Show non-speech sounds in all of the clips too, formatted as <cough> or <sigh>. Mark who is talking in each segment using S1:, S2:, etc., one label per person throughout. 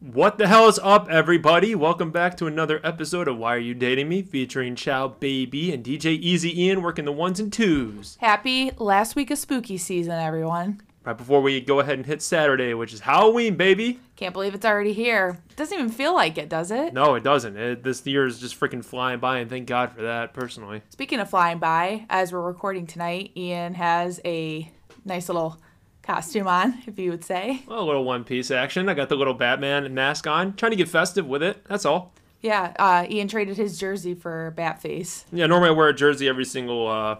S1: What the hell is up, everybody? Welcome back to another episode of Why Are You Dating Me, featuring Chow Baby and DJ Easy Ian working the ones and twos.
S2: Happy last week of spooky season, everyone.
S1: Right before we go ahead and hit Saturday, which is Halloween, baby.
S2: Can't believe it's already here. Doesn't even feel like it, does it?
S1: No, it doesn't. It, this year is just freaking flying by, and thank God for that, personally.
S2: Speaking of flying by, as we're recording tonight, Ian has a nice little costume on, if you would say.
S1: Well, a little One Piece action. I got the little Batman mask on, trying to get festive with it. That's all.
S2: Yeah, uh, Ian traded his jersey for Batface.
S1: Yeah, normally I wear a jersey every single uh,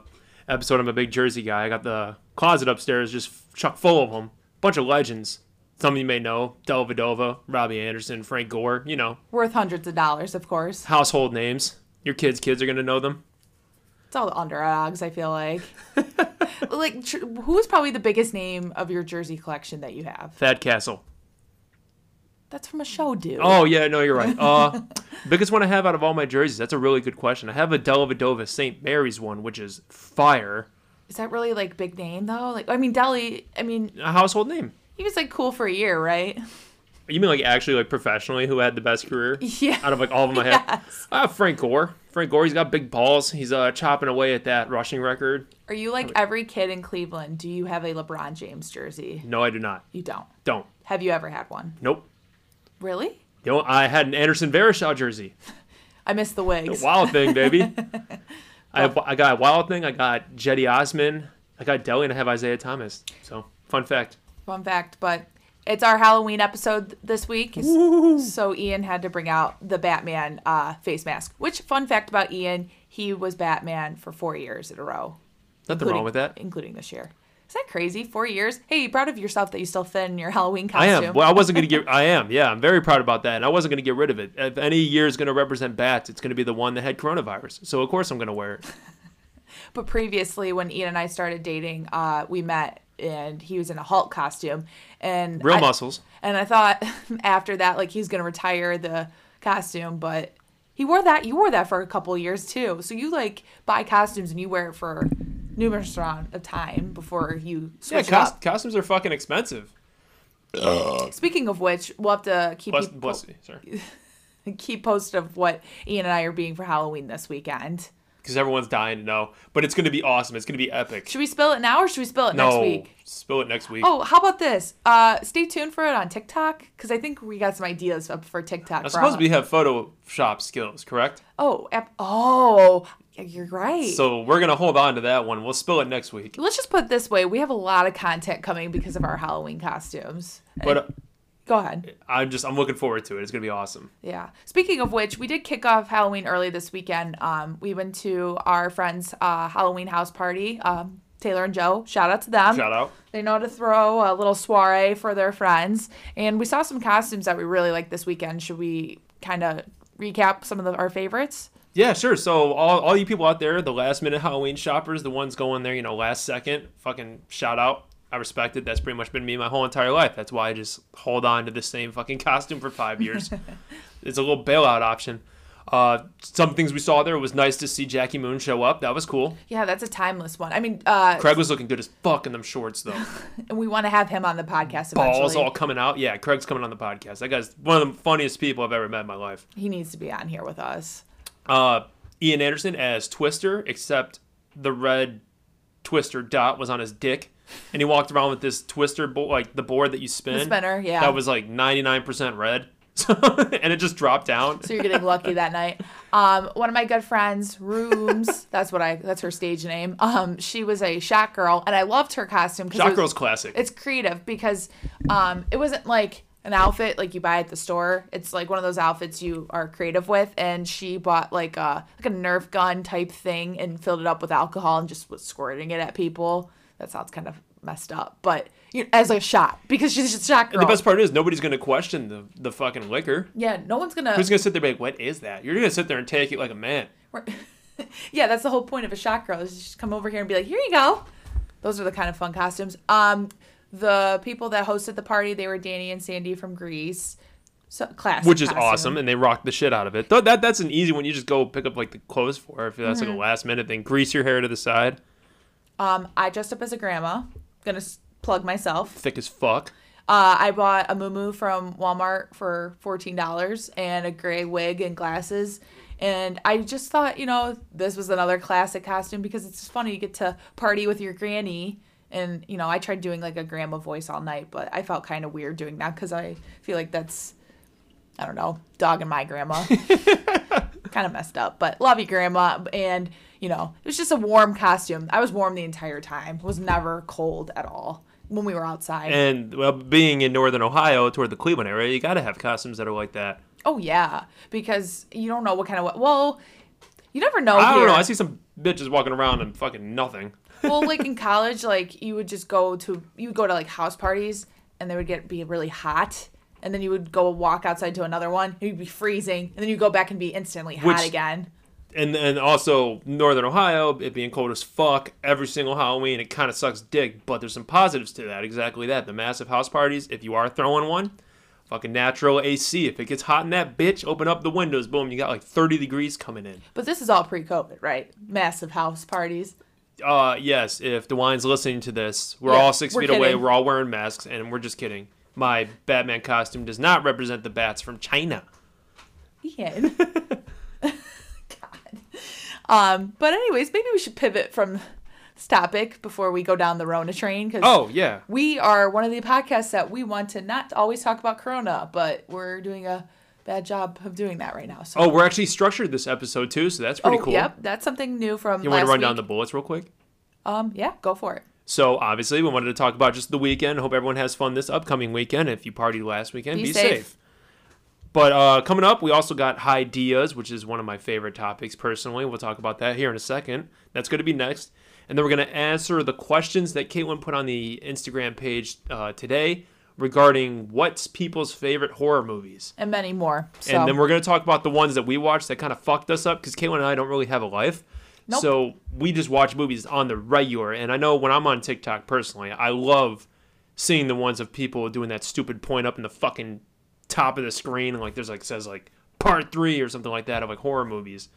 S1: episode. I'm a big jersey guy. I got the closet upstairs just chock full of them. Bunch of legends. Some of you may know Del Vadova, Robbie Anderson, Frank Gore, you know,
S2: Worth hundreds of dollars, of course.
S1: household names. Your kids' kids are going to know them.
S2: It's all the underdogs, I feel like. like, tr- who's probably the biggest name of your jersey collection that you have?
S1: Thad Castle.
S2: That's from a show, dude.
S1: Oh, yeah, no, you're right. Uh, biggest one I have out of all my jerseys. That's a really good question. I have a Del Vadova St. Mary's one, which is fire.
S2: Is that really like big name though? Like, I mean, Deli. I mean,
S1: A household name.
S2: he was like cool for a year, right?
S1: You mean like actually like professionally who had the best career?
S2: Yeah.
S1: Out of like all of them I have.
S2: Yes.
S1: Uh, Frank Gore. Frank Gore, he's got big balls. He's uh, chopping away at that rushing record.
S2: Are you like every kid in Cleveland? Do you have a LeBron James jersey?
S1: No, I do not.
S2: You don't.
S1: Don't.
S2: Have you ever had one?
S1: Nope.
S2: Really?
S1: You know, I had an Anderson Varashaw jersey.
S2: I miss the wigs.
S1: Wild thing,
S2: <laughs>
S1: baby. I, I got Wild Thing. I got Jetty Osman. I got Deli, and I have Isaiah Thomas. So, fun fact.
S2: Fun fact, but it's our Halloween episode this week. So Ian had to bring out the Batman uh, face mask. Which fun fact about Ian? He was Batman for four years in a row.
S1: Nothing
S2: including-
S1: wrong with that.
S2: Including this year. Is that crazy? Four years? Hey, you proud of yourself that you still fit in your Halloween
S1: I
S2: costume?
S1: am. Well, I wasn't going to get. I am. Yeah, I'm very proud about that. And I wasn't going to get rid of it. If any year is going to represent bats, it's going to be the one that had coronavirus. So, of course, I'm going to wear it.
S2: But previously, when Ian and I started dating, uh, we met and he was in a Hulk costume and
S1: Real
S2: I-
S1: muscles.
S2: And I thought <laughs> after that, like he was gonna retire the costume, but he wore that. You wore that for a couple of years too. So you like buy costumes and you wear it for numerous amount of time before you
S1: Yeah,
S2: switch it
S1: cos-
S2: up.
S1: costumes are fucking expensive.
S2: Speaking of which, we'll have to keep
S1: Bless,
S2: you
S1: bless you, sir.
S2: <laughs> keep post of what Ian and I are being for Halloween this weekend.
S1: Because everyone's dying to know. But it's going to be awesome. It's going to be epic.
S2: Should we spill it now or should we spill it
S1: no,
S2: next week?
S1: spill it next week.
S2: Oh, how about this? Uh, stay tuned for it on TikTok because I think we got some ideas up for TikTok.
S1: I
S2: for
S1: suppose
S2: our-
S1: we have Photoshop skills, correct?
S2: Oh, ep- oh, you're right.
S1: So we're gonna hold on to that one. We'll spill it next week.
S2: Let's just put it this way: we have a lot of content coming because of our Halloween costumes.
S1: But uh,
S2: Go ahead.
S1: I'm just I'm looking forward to it. It's gonna be awesome.
S2: Yeah. Speaking of which, we did kick off Halloween early this weekend. Um, we went to our friend's uh, Halloween house party. Um, Taylor and Joe, shout out to them.
S1: Shout out.
S2: They know to throw a little soiree for their friends. And we saw some costumes that we really liked this weekend. Should we kind of recap some of the, our favorites?
S1: Yeah, sure. So all, all you people out there, the last minute Halloween shoppers, the ones going there, you know, last second, fucking shout out. I respect it. That's pretty much been me my whole entire life. That's why I just hold on to the same fucking <laughs> costume for five years. it's a little bailout option. Uh, some things we saw there it was nice to see Jackie Moon show up. That was cool.
S2: Yeah, that's a timeless one. I mean, uh,
S1: Craig was looking good as fuck in them shorts though.
S2: and we want to have him on the podcast eventually.
S1: Balls all coming out. Yeah, Craig's coming on the podcast. That guy's one of the funniest people I've ever met in my life.
S2: He needs to be on here with us.
S1: Uh, Ian Anderson as Twister, except the red Twister dot was on his dick, and he walked around with this Twister bo- like the board that you spin.
S2: The spinner, yeah.
S1: That was like ninety nine percent red, <laughs> so, and it just dropped down.
S2: So you're getting lucky that night. Um, one of my good friends, Rooms, that's what I that's her stage name. Um, she was a shot girl, and I loved her costume. 'cause it
S1: Shot
S2: was-
S1: Girl's classic.
S2: It's creative because um, it wasn't like an outfit like you buy at the store. It's like one of those outfits you are creative with, and she bought like a like a Nerf gun type thing and filled it up with alcohol and just was squirting it at people. That sounds kind of messed up, but you know, as a shot because she's just a shot girl.
S1: the best part is nobody's gonna question the the fucking liquor.
S2: yeah, no one's gonna.
S1: Who's gonna sit there and be like, "What is that?" You're gonna sit there and take it like a man.
S2: We're- <laughs> yeah, that's the whole point of a shot girl is just come over here and be like, here you go. Those are the kind of fun costumes. Um, the people that hosted the party, they were Danny and Sandy from Greece. So classic.
S1: which is
S2: costume.
S1: awesome, and they rocked the shit out of it. Though that that's an easy one. You just go pick up like the clothes for if that's
S2: Mm-hmm.
S1: like a last minute thing. Grease your hair to the side,
S2: Um, I dressed up as a grandma. Gonna s- plug myself.
S1: thick as fuck.
S2: Uh, I bought a muumuu from Walmart for fourteen dollars and a gray wig and glasses. And I just thought, you know, this was another classic costume because it's just funny. You get to party with your granny. And, you know, I tried doing like a grandma voice all night, but I felt kind of weird doing that because I feel like that's, I don't know, dog and my grandma. kind of messed up, but love you, grandma. And, you know, it was just a warm costume. I was warm the entire time, was never cold at all when we were outside.
S1: And well, being in northern Ohio toward the Cleveland area, you got to have costumes that are like that.
S2: oh, yeah. Because you don't know what kind of, well, you never know.
S1: I don't
S2: here.
S1: know. I see some bitches walking around in fucking nothing.
S2: <laughs> well, like in college, like you would just go to you would go to like house parties, and they would get be really hot, and then you would go walk outside to another one, and you'd be freezing, and then you go back and be instantly hot
S1: Which-
S2: again.
S1: And and also northern Ohio, it being cold as fuck every single Halloween, it kind of sucks dick. But there's some positives to that. Exactly that. The massive house parties, if you are throwing one, fucking natural AC. If it gets hot in that bitch, open up the windows. Boom, you got like 30 degrees coming in.
S2: But this is all pre-COVID, right? Massive house parties.
S1: Uh, yes. If Dewine's listening to this, we're
S2: Yeah,
S1: all 6
S2: we're
S1: feet away.
S2: kidding.
S1: We're all wearing masks, and we're just kidding. My Batman costume does not represent the bats from China. <laughs>
S2: Ian. God. Um, but anyways, maybe we should pivot from this topic before we go down the Rona train because
S1: Oh yeah.
S2: we are one of the podcasts that we want to not always talk about Corona, but we're doing a bad job of doing that right now. So
S1: Oh, we're actually structured this episode too, so that's pretty
S2: oh,
S1: cool.
S2: Yep, that's something new from
S1: You
S2: last
S1: want to run
S2: week.
S1: down the bullets real quick?
S2: Um, yeah, go for it.
S1: So obviously, we wanted to talk about just the weekend. Hope everyone has fun this upcoming weekend. If you partied last weekend, be,
S2: Be
S1: safe.
S2: safe.
S1: But uh, coming up, we also got ideas, which is one of my favorite topics personally. We'll talk about that here in a second. That's going to be next, and then we're going to answer the questions that Caitlin put on the Instagram page uh, today regarding what's people's favorite horror movies.
S2: And many more. So
S1: And then we're going to talk about the ones that we watched that kind of fucked us up because Caitlin and I don't really have a life.
S2: Nope.
S1: So we just watch movies on the regular. And I know when I'm on TikTok personally, I love seeing the ones of people doing that stupid point up in the fucking top of the screen. And like there's like says like part three or something like that of like horror movies.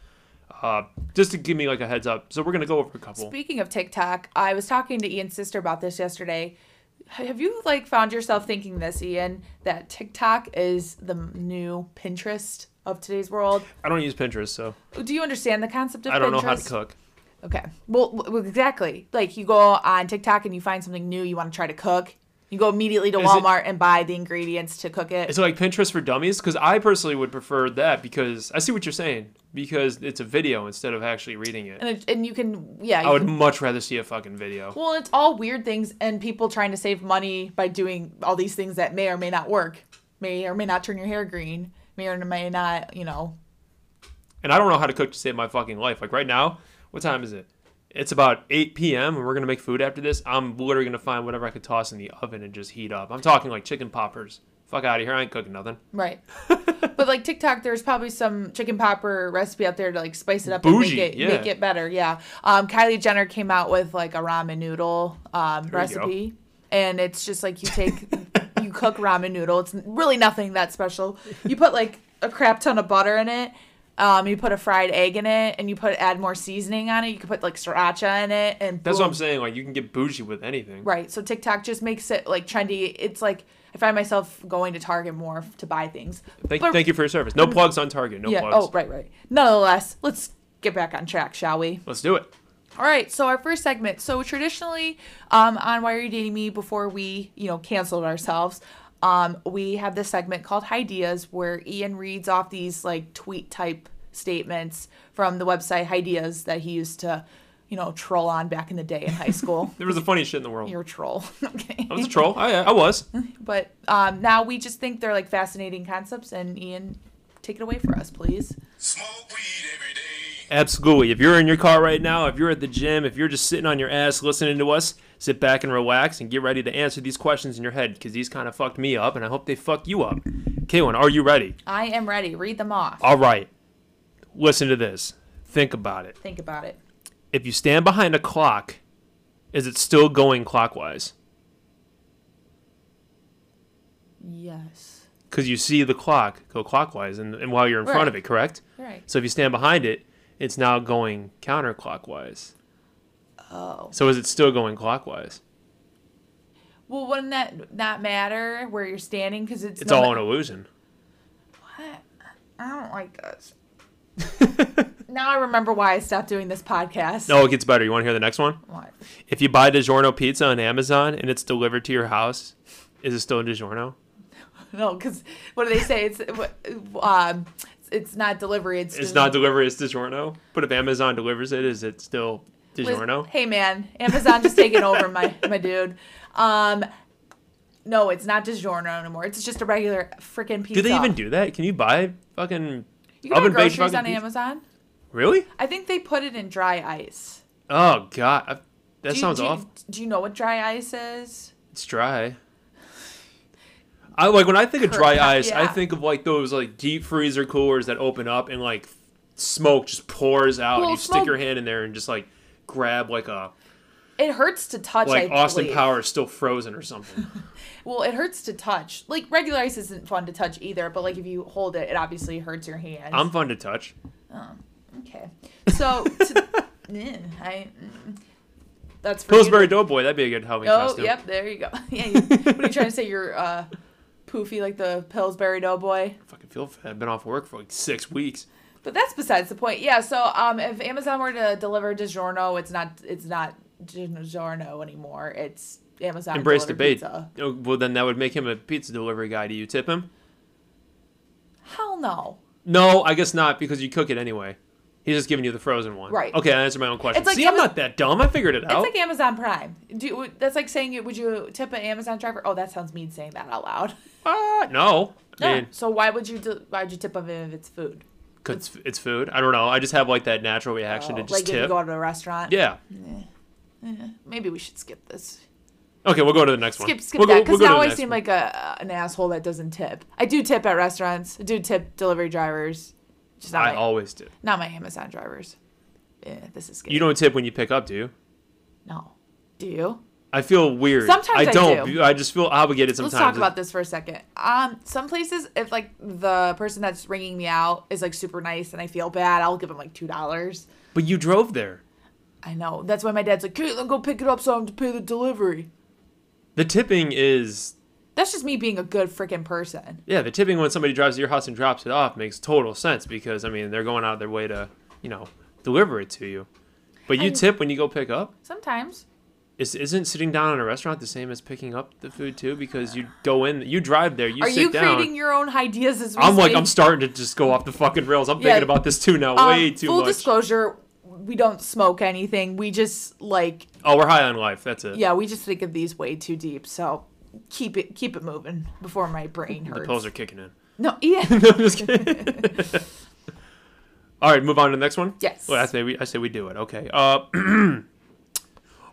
S1: Uh, just to give me like a heads up. So we're going to go over a couple.
S2: speaking of TikTok, I was talking to Ian's sister about this yesterday. Have you like found yourself thinking this, Ian, that TikTok is the new Pinterest of today's world?
S1: I don't use Pinterest, so
S2: Do you understand the concept of
S1: I don't
S2: Pinterest?
S1: know how to cook.
S2: Okay. Well, w- well, exactly. Like you go on TikTok and you find something new you want to try to cook. You go immediately to
S1: Is it-
S2: Walmart and buy the ingredients to cook it.
S1: Is it like Pinterest for dummies? Because I personally would prefer that because I see what you're saying because it's a video instead of actually reading it.
S2: And, it, and you can, yeah. You
S1: I would
S2: can-
S1: much rather see a fucking video.
S2: well, it's all weird things and people trying to save money by doing all these things that may or may not work, may or may not turn your hair green, may or may not, you know.
S1: And I don't know how to cook to save my fucking life. Like right now, what time is it? It's about 8 p.m. and we're gonna make food after this. I'm literally gonna find whatever I could toss in the oven and just heat up. I'm talking like chicken poppers. Fuck out of here. I ain't cooking nothing. <laughs>
S2: Right. but like TikTok, there's probably some chicken popper recipe out there to like spice it up and make
S1: Bougie,
S2: it
S1: yeah.
S2: make it better. Yeah. Um, Kylie Jenner came out with like a ramen noodle um,
S1: you go.
S2: recipe, and it's just like you take
S1: <laughs>
S2: you cook ramen noodle. It's really nothing that special. You put like a crap ton of butter in it. Um, you put a fried egg in it, and you put add more seasoning on it. You could put like sriracha in it, and
S1: That's
S2: boom.
S1: what I'm saying. Like you can get bougie with anything.
S2: Right. So TikTok just makes it like trendy. It's like I find myself going to Target more to buy things.
S1: Thank,
S2: But-
S1: thank you for your service. No plugs on Target. No
S2: yeah.
S1: plugs.
S2: Oh, right, right. Nonetheless, let's get back on track, shall we?
S1: Let's do it.
S2: All right. So our first segment. So traditionally, um, on Why Are You Dating Me? Before we, you know, canceled ourselves, um, we have this segment called Ideas, where Ian reads off these like tweet type statements from the website Ideas that he used to, you know, troll on back in the day in high school.
S1: There was the funniest shit in the world.
S2: You're a troll. <laughs> okay.
S1: I was a
S2: <laughs> Oh,
S1: troll. I, I was.
S2: But um, now we just think they're like fascinating concepts, and Ian, take it away for us, please.
S3: Smoke weed every day.
S1: Absolutely. If you're in your car right now, if you're at the gym, if you're just sitting on your ass listening to us, sit back and relax and get ready to answer these questions in your head because these kind of fucked me up and I hope they fuck you up. Kaylin, are you ready?
S2: I am ready. Read them off.
S1: All right. Listen to this. Think about it.
S2: Think about it.
S1: If you stand behind a clock, is it still going clockwise?
S2: Yes.
S1: Because you see the clock go clockwise and, and while you're in front of
S2: Right.
S1: it, correct?
S2: Right.
S1: So if you stand behind it, it's now going counterclockwise.
S2: Oh.
S1: So is it still going clockwise?
S2: Well, wouldn't that not matter where you're standing? Because it's
S1: It's
S2: no-
S1: all an illusion.
S2: What? I don't like this. <laughs> now I remember why I stopped doing this podcast.
S1: No, it gets better. You want to hear the next one?
S2: What?
S1: If you buy DiGiorno pizza on Amazon and it's delivered to your house, is it still DiGiorno?
S2: No, because what do they say? It's what- um, it's not delivery. It's
S1: It's not delivery, it's DiGiorno. But if Amazon delivers it, is it still
S2: Liz-
S1: DiGiorno?
S2: Hey man, Amazon just taking over my my dude. Um, no, it's not DiGiorno anymore. It's just a regular freaking
S1: Do
S2: pizza.
S1: they even do that? Can you buy fucking
S2: You can buy
S1: oven-baked
S2: groceries
S1: fucking
S2: on
S1: pizza?
S2: Amazon.
S1: really?
S2: I think they put it in dry ice.
S1: Oh god, I, that
S2: Do you-
S1: sounds
S2: do you-
S1: awful.
S2: Do you know what dry ice is?
S1: It's dry. I like when I think of dry
S2: Correct,
S1: ice, I
S2: yeah.
S1: think of like those like deep freezer coolers that open up and like smoke just pours out.
S2: Well,
S1: you stick
S2: smoke-
S1: your hand in there and just like grab like a
S2: It hurts to touch.
S1: like
S2: I
S1: Austin
S2: believe.
S1: Power is still frozen or something.
S2: <laughs> Well, it hurts to touch. Like regular ice isn't fun to touch either, but like if you hold it, it obviously hurts your hands.
S1: I'm fun to touch.
S2: okay.
S1: <laughs>
S2: So to, Mm, I mm, that's for you to-
S1: Pillsbury Doughboy, that'd be a good Halloween
S2: Oh,
S1: costume.
S2: yep, there you go. <laughs> yeah, you, what are you trying to say? You're uh, poofy like the Pillsbury Doughboy.
S1: I fucking feel fat. I've been off work for like six weeks.
S2: But that's besides the point. Yeah. So um, if Amazon were to deliver DiGiorno, it's not it's not DiGiorno anymore. It's Amazon.
S1: Embrace
S2: delivered
S1: debate.
S2: pizza.
S1: Oh, Well, then that would make him a pizza delivery guy. Do you tip him?
S2: Hell no.
S1: No, I guess not because you cook it anyway. He's just giving you the frozen one.
S2: Right.
S1: Okay, I answered my own question.
S2: It's like
S1: See, I'm
S2: Amaz-
S1: not that dumb. I figured it out.
S2: It's like Amazon Prime. Do you- that's like saying you would you tip an Amazon driver? Oh, that sounds mean saying that out loud.
S1: Ah, no. <laughs> I
S2: No.
S1: mean,
S2: so why would you do, why would you tip of it if it's food?
S1: 'cause it's, it's food. I don't know. I just have like that natural reaction to
S2: Oh,
S1: just
S2: like if you
S1: tip.
S2: go to a restaurant.
S1: yeah.
S2: Maybe we should skip this.
S1: Okay, we'll go to the next one.
S2: Skip skip
S1: We'll go-
S2: that because
S1: we'll go to
S2: now
S1: the
S2: I
S1: next
S2: seem
S1: one.
S2: like a an asshole that doesn't tip. I do tip at restaurants. I do tip delivery drivers. Just not
S1: I
S2: my,
S1: always do.
S2: not my Amazon drivers. Yeah, this is good.
S1: You don't tip when you pick up, do you?
S2: no. Do you?
S1: I feel weird.
S2: Sometimes I
S1: don't.
S2: do.
S1: be- I just feel obligated sometimes.
S2: Let's talk about this for a second. Um, some places, if like the person that's ringing me out is like super nice and I feel bad, I'll give them like two dollars.
S1: But you drove there.
S2: I know. That's why my dad's like, Caitlin, go pick it up so I have to pay the delivery.
S1: The tipping is
S2: That's just me being a good freaking person.
S1: yeah. The tipping when somebody drives to your house and drops it off makes total sense because I mean they're going out of their way to you know deliver it to you. But you
S2: And-
S1: tip when you go pick up.
S2: Sometimes.
S1: Is isn't sitting down in a restaurant the same as picking up the food too? Because you go in, you drive there, you
S2: Are
S1: sit
S2: you
S1: down.
S2: creating your own ideas as we
S1: I'm like
S2: speak?
S1: I'm starting to just go off the fucking rails. I'm
S2: Yeah.
S1: thinking about this too now,
S2: Um,
S1: way too
S2: Full
S1: much.
S2: disclosure, we don't smoke anything. We just like
S1: oh, we're high on life. That's it.
S2: yeah, we just think of these way too deep. So keep it keep it moving before my brain hurts.
S1: the pills are kicking in.
S2: no,
S1: <laughs>
S2: yeah.
S1: I'm just kidding. <laughs> All right, move on to the next one.
S2: Yes.
S1: Well, I say we, I say we do it. Okay. Uh, <clears throat>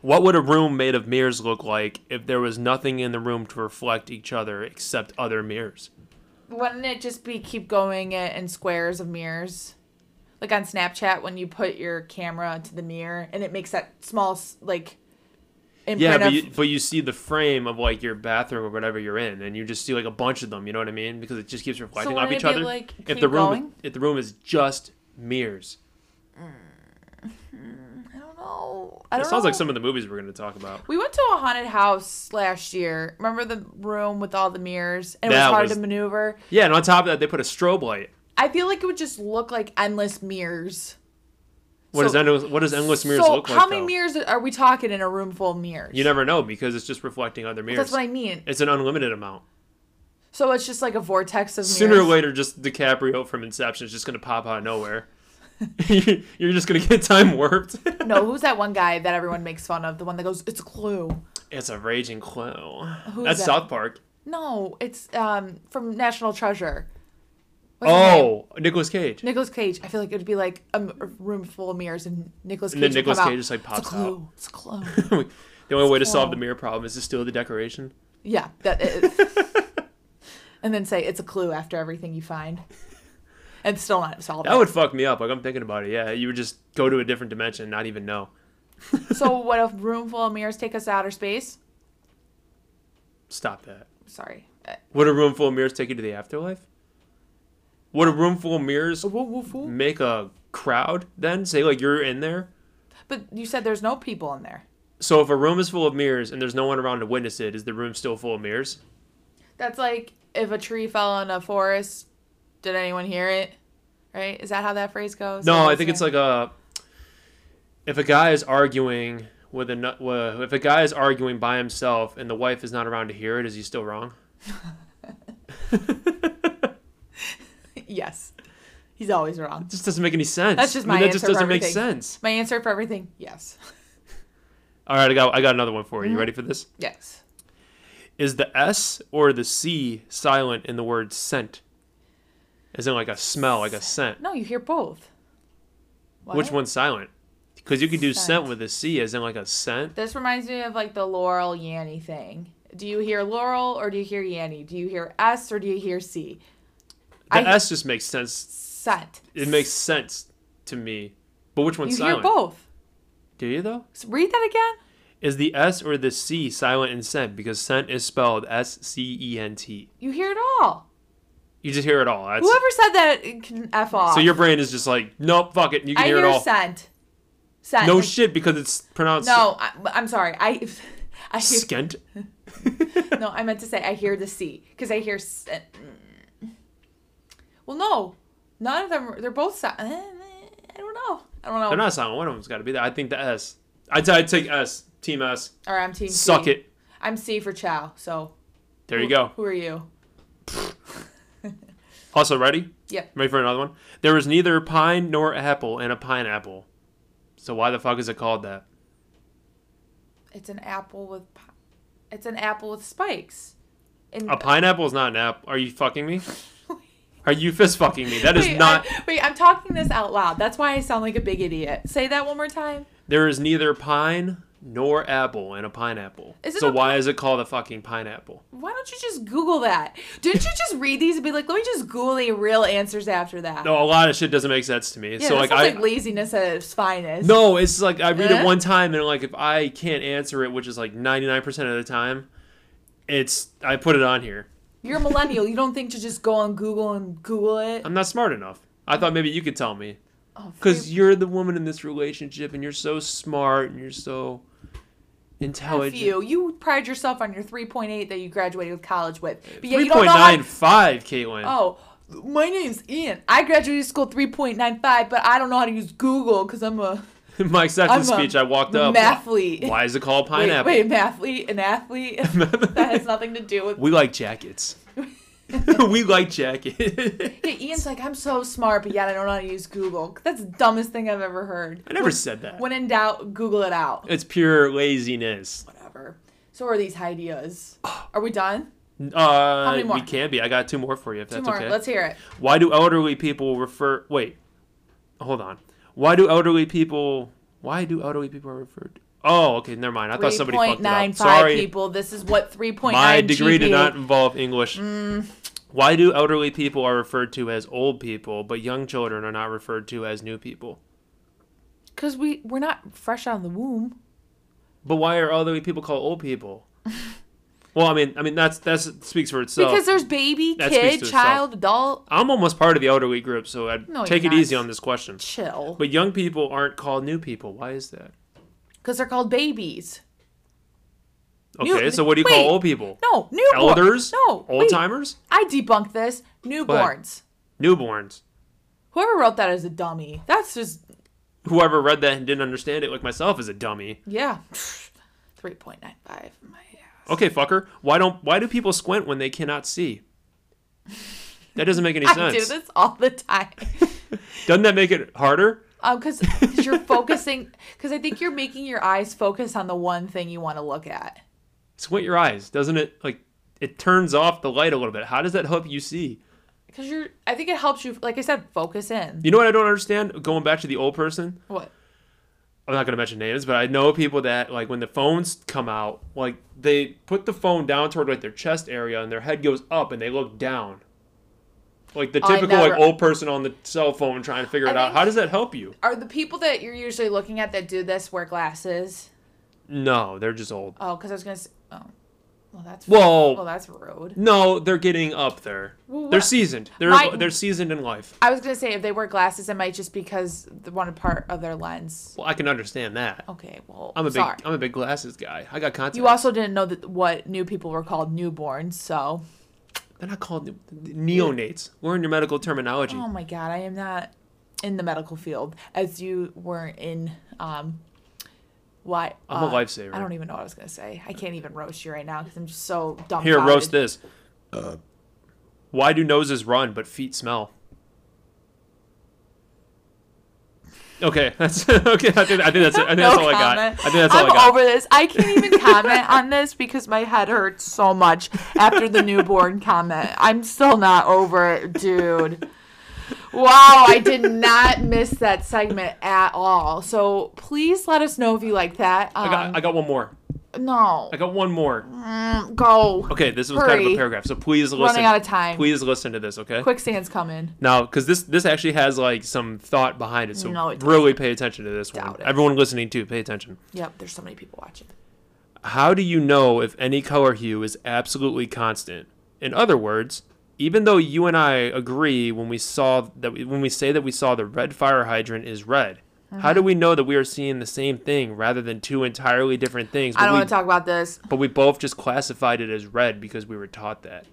S1: what would a room made of mirrors look like if there was nothing in the room to reflect each other except other mirrors?
S2: Wouldn't it just be keep going it in squares of mirrors? Like on Snapchat when you put your camera to the mirror and it makes that small s- like
S1: Yeah,
S2: imprint
S1: but
S2: of
S1: you, but you see the frame of like your bathroom or whatever you're in, and you just see like a bunch of them. You know what I mean? Because it just keeps reflecting off
S2: wouldn't
S1: each
S2: it be,
S1: other.
S2: like,
S1: if
S2: keep
S1: the room
S2: going?
S1: if the room is just mirrors,
S2: I don't know. I
S1: it
S2: don't
S1: sounds
S2: know.
S1: like some of the movies we're going to talk about.
S2: We went to a haunted house last year. Remember the room with all the mirrors and it
S1: That
S2: was hard
S1: was-
S2: to maneuver?
S1: Yeah, and on top of that, they put a strobe light.
S2: I feel like it would just look like endless mirrors.
S1: What does
S2: So-
S1: endless what does endless mirrors
S2: so
S1: look like?
S2: how many
S1: though?
S2: mirrors are we talking in a room full of mirrors?
S1: You never know because it's just reflecting other mirrors.
S2: That's what I mean.
S1: It's an unlimited amount.
S2: So it's just like a vortex of
S1: Sooner or
S2: mirrors.
S1: later, just DiCaprio from Inception is just gonna pop out of nowhere. <laughs> You're just gonna get time warped. <laughs>
S2: No, who's that one guy that everyone makes fun of? The one that goes, "It's a clue."
S1: it's a raging clue.
S2: Who's
S1: That's
S2: that?
S1: South Park.
S2: No, it's um from National Treasure. What's his name?
S1: Oh, Nicolas Cage. <laughs>
S2: Nicolas Cage. I feel like it would be like a m- a room full of mirrors, and Nicolas
S1: And
S2: Cage.
S1: then
S2: would
S1: Nicolas
S2: come
S1: Cage
S2: out.
S1: just, like,
S2: It's
S1: pops
S2: a
S1: out."
S2: clue. It's a clue. <laughs>
S1: the only way to solve
S2: Wow.
S1: the mirror problem is to steal the decoration.
S2: yeah, that. it-
S1: <laughs>
S2: and then say it's a clue after everything you find, and still not solve
S1: That
S2: it.
S1: would fuck me up. Like I'm thinking about it. Yeah, you would just go to a different dimension, and not even know.
S2: So what if room full of mirrors take us to outer space?
S1: Stop that.
S2: Sorry. Uh,
S1: Would a room full of mirrors take you to the afterlife? Would a room full of mirrors
S2: woo, woo, woo.
S1: make a crowd? Then say like you're in there.
S2: But you said there's no people in there.
S1: So if a room is full of mirrors and there's no one around to witness it, is the room still full of mirrors?
S2: That's like if a tree fell in a forest, did anyone hear it? Right? Is that how that phrase goes?
S1: No,
S2: Or
S1: I
S2: is
S1: think
S2: it-
S1: it's like a if a guy is arguing with a nu- wa- if a guy is arguing by himself and the wife is not around to hear it, is he still wrong?
S2: yes. He's always wrong.
S1: This doesn't make any sense.
S2: That's just
S1: I mean,
S2: my
S1: that just
S2: answer for
S1: doesn't make
S2: everything.
S1: sense.
S2: My answer for everything, yes.
S1: All right, I got I got another one for
S2: Mm-hmm.
S1: you. You ready for this?
S2: Yes.
S1: Is the S or the C silent in the word scent? As in like a smell, like a scent.
S2: No, you hear both.
S1: Which
S2: What?
S1: one's silent? Because you could do scent.
S2: Scent.
S1: with a C, as in like a scent.
S2: This reminds me of like the Laurel Yanny thing. Do you hear Laurel or do you hear Yanny? Do you hear S or do you hear C?
S1: The
S2: I-
S1: S just makes sense.
S2: Scent.
S1: It makes sense to me. But which one's
S2: You
S1: silent?
S2: hear both.
S1: Do you though?
S2: So read that again.
S1: Is the S or the C silent in scent? Because scent is spelled S C E N T.
S2: You hear it all.
S1: You just hear it all. That's,
S2: Whoever said that it can f off.
S1: so your brain is just like, nope, fuck it. You can
S2: I
S1: hear,
S2: hear
S1: it all.
S2: scent. Scent.
S1: No
S2: like-
S1: shit, because it's pronounced
S2: No, I, I'm sorry. I, <laughs> I hear, <laughs>
S1: skent.
S2: no, I meant to say I hear the C because I hear. s- uh, Well, no, none of them. They're both. si- uh, I don't know. I don't know.
S1: They're not silent. One of them's got to be there. I think the S. I'd, I'd take S. Team S.
S2: or I'm team.
S1: Suck
S2: C.
S1: it.
S2: I'm C for Chow. So
S1: There you
S2: who-
S1: go.
S2: Who are you?
S1: Also, ready?
S2: Yep.
S1: Ready for another one? There is neither pine nor apple in a pineapple. So why the fuck is it called that?
S2: It's an apple with. pi- It's an apple with spikes. And
S1: A pineapple is not an apple. Are you fucking me? Are you fist fucking me? That is not.
S2: I, wait, I'm talking this out loud. That's why I sound like a big idiot. Say that one more time.
S1: There is neither pine nor apple in a pineapple.
S2: Is it
S1: so
S2: a
S1: why is it called a fucking pineapple?
S2: Why don't you just Google that? Didn't you just read these and be like, let me just Google the real answers after that?
S1: No, a lot of shit doesn't make sense to me.
S2: Yeah,
S1: so
S2: that
S1: like
S2: sounds
S1: I
S2: like laziness at its finest.
S1: no, it's like I read
S2: Eh?
S1: it one time and like if I can't answer it, which is like ninety nine percent of the time, it's I put it on here.
S2: You're a millennial. You don't think to just go on Google and Google it?
S1: I'm not smart enough. I thought maybe you could tell me.
S2: Oh,
S1: Because you're the woman in this relationship and you're so smart and you're so
S2: F
S1: intelligent.
S2: you. You pride yourself on your 3.8 that you graduated with college with. But yeah, you don't know how...
S1: 3.95, Caitlin.
S2: Oh, my name's Ian. I graduated school 3.95, but I don't know how to use Google because I'm a
S1: <laughs> My
S2: Oh, I'm
S1: second
S2: a
S1: speech, I walked up.
S2: mathlete.
S1: Why is it called
S2: <laughs> Wait,
S1: pineapple? <laughs>
S2: Wait, mathlete? An athlete? <laughs> that has nothing to do with...
S1: We like jackets. <laughs> we like jackets. <laughs>
S2: Yeah, <laughs> Ian's like, I'm so smart, but yet I don't know how to use Google. That's the dumbest thing I've ever heard.
S1: I never said that.
S2: When in doubt, Google it out.
S1: It's pure laziness.
S2: Whatever. So are these
S1: <sighs>
S2: ideas? Are we done?
S1: Uh,
S2: many more?
S1: we can be. I got two more for you if
S2: Two
S1: that's
S2: more.
S1: okay.
S2: Let's hear it.
S1: Why do elderly people refer? Wait, hold on. Why do elderly people? Why do elderly people refer? To... Oh, okay, never mind. I thought somebody fucked it up.
S2: 3.95
S1: Sorry,
S2: people. This is what 3.9
S1: my degree did
S2: GPA
S1: not involve English.
S2: Mm.
S1: Why do elderly people are referred to as old people, but young children are not referred to as new people?
S2: Because we, we're not fresh out of the womb.
S1: But why are elderly people called old
S2: <laughs>
S1: people? well, I mean, I mean that's that's speaks for itself.
S2: because there's baby,
S1: that speaks
S2: kid,
S1: to itself.
S2: child, adult.
S1: I'm almost part of the elderly group, so I'd
S2: No,
S1: take
S2: you're
S1: it easy
S2: not.
S1: on this question.
S2: Chill.
S1: But young people aren't called new people. Why is that?
S2: Because they're called babies. New-
S1: Okay, so what do you call
S2: wait.
S1: old people?
S2: No, newborns.
S1: Elders?
S2: No.
S1: Old
S2: Old time.
S1: timers?
S2: I debunked this. Newborns.
S1: Newborns.
S2: Whoever wrote that is a dummy. That's just,
S1: Whoever read that and didn't understand it, like myself, is a dummy.
S2: yeah. <sighs> 3.95. My ass.
S1: Okay, fucker. Why don't why do people squint when they cannot see? That doesn't make any
S2: <laughs> I do
S1: sense.
S2: this all the time. <laughs>
S1: Doesn't that make it harder?
S2: Um, because you're focusing, because I think you're making your eyes focus on the one thing you want to look at.
S1: Squint your eyes, doesn't it? Like it turns off the light a little bit. How does that help you see?
S2: Because you're, I think it helps you, like I said, focus in.
S1: You know what I don't understand? Going back to the old person,
S2: What?
S1: I'm not gonna mention names, but I know people that like when the phones come out, like they put the phone down toward like their chest area and their head goes up and they look down. Like the
S2: Oh, I
S1: typical
S2: never-
S1: like old person on the cell phone trying to figure
S2: I
S1: it out.
S2: think-
S1: How does that help you?
S2: Are the people that you're usually looking at that do this wear glasses?
S1: No, they're just old.
S2: Oh, because I was gonna say, oh, Well, that's
S1: Well-
S2: well, that's rude.
S1: No, they're getting up there.
S2: Well,
S1: they're
S2: what-
S1: seasoned. They're
S2: My-
S1: they're seasoned in life.
S2: I was gonna say if they wear glasses, it might just because the one part of their lens.
S1: Well, I can understand that.
S2: Okay, well,
S1: I'm a big
S2: Oh, sorry.
S1: I'm a big glasses guy. I got contacts.
S2: you also didn't know that what new people were called newborns, so
S1: they're not called ne- neonates. Learn your medical terminology.
S2: oh my god, I am not in the medical field as you were in. Um, why?
S1: I'm a
S2: uh,
S1: lifesaver.
S2: I don't even know what I was gonna say. I can't even roast you right now because I'm just so dumb.
S1: Here, roast this. Uh, Why do noses run but feet smell? Okay, <laughs> that's okay. I think, I think that's it. I
S2: <laughs>
S1: think that's all I got. I think that's all
S2: am
S1: I got.
S2: over this. I can't even comment on this because my head hurts so much after the newborn comment. I'm still not over it, dude. Wow, I did not miss that segment at all. So please let us know if you like that. Um,
S1: I got I got one more.
S2: no,
S1: I got one more.
S2: go.
S1: Okay, this was kind of a
S2: Hurry.
S1: paragraph. So please listen.
S2: Running out of time.
S1: Please listen to this, okay?
S2: Quicksand's coming.
S1: Now, because this this actually has like some thought behind it, so
S2: No, it
S1: really pay attention to this
S2: Doubt
S1: one.
S2: it.
S1: Everyone listening too, pay attention.
S2: Yep, there's so many people watching.
S1: How do you know if any color hue is absolutely constant? In other words, even though you and I agree when we saw that we, when we say that we saw the red fire hydrant is red, how
S2: Mm-hmm.
S1: do we know that we are seeing the same thing rather than two entirely different things?
S2: I
S1: but
S2: don't
S1: we-
S2: want to talk about this.
S1: but we both just classified it as red because we were taught that.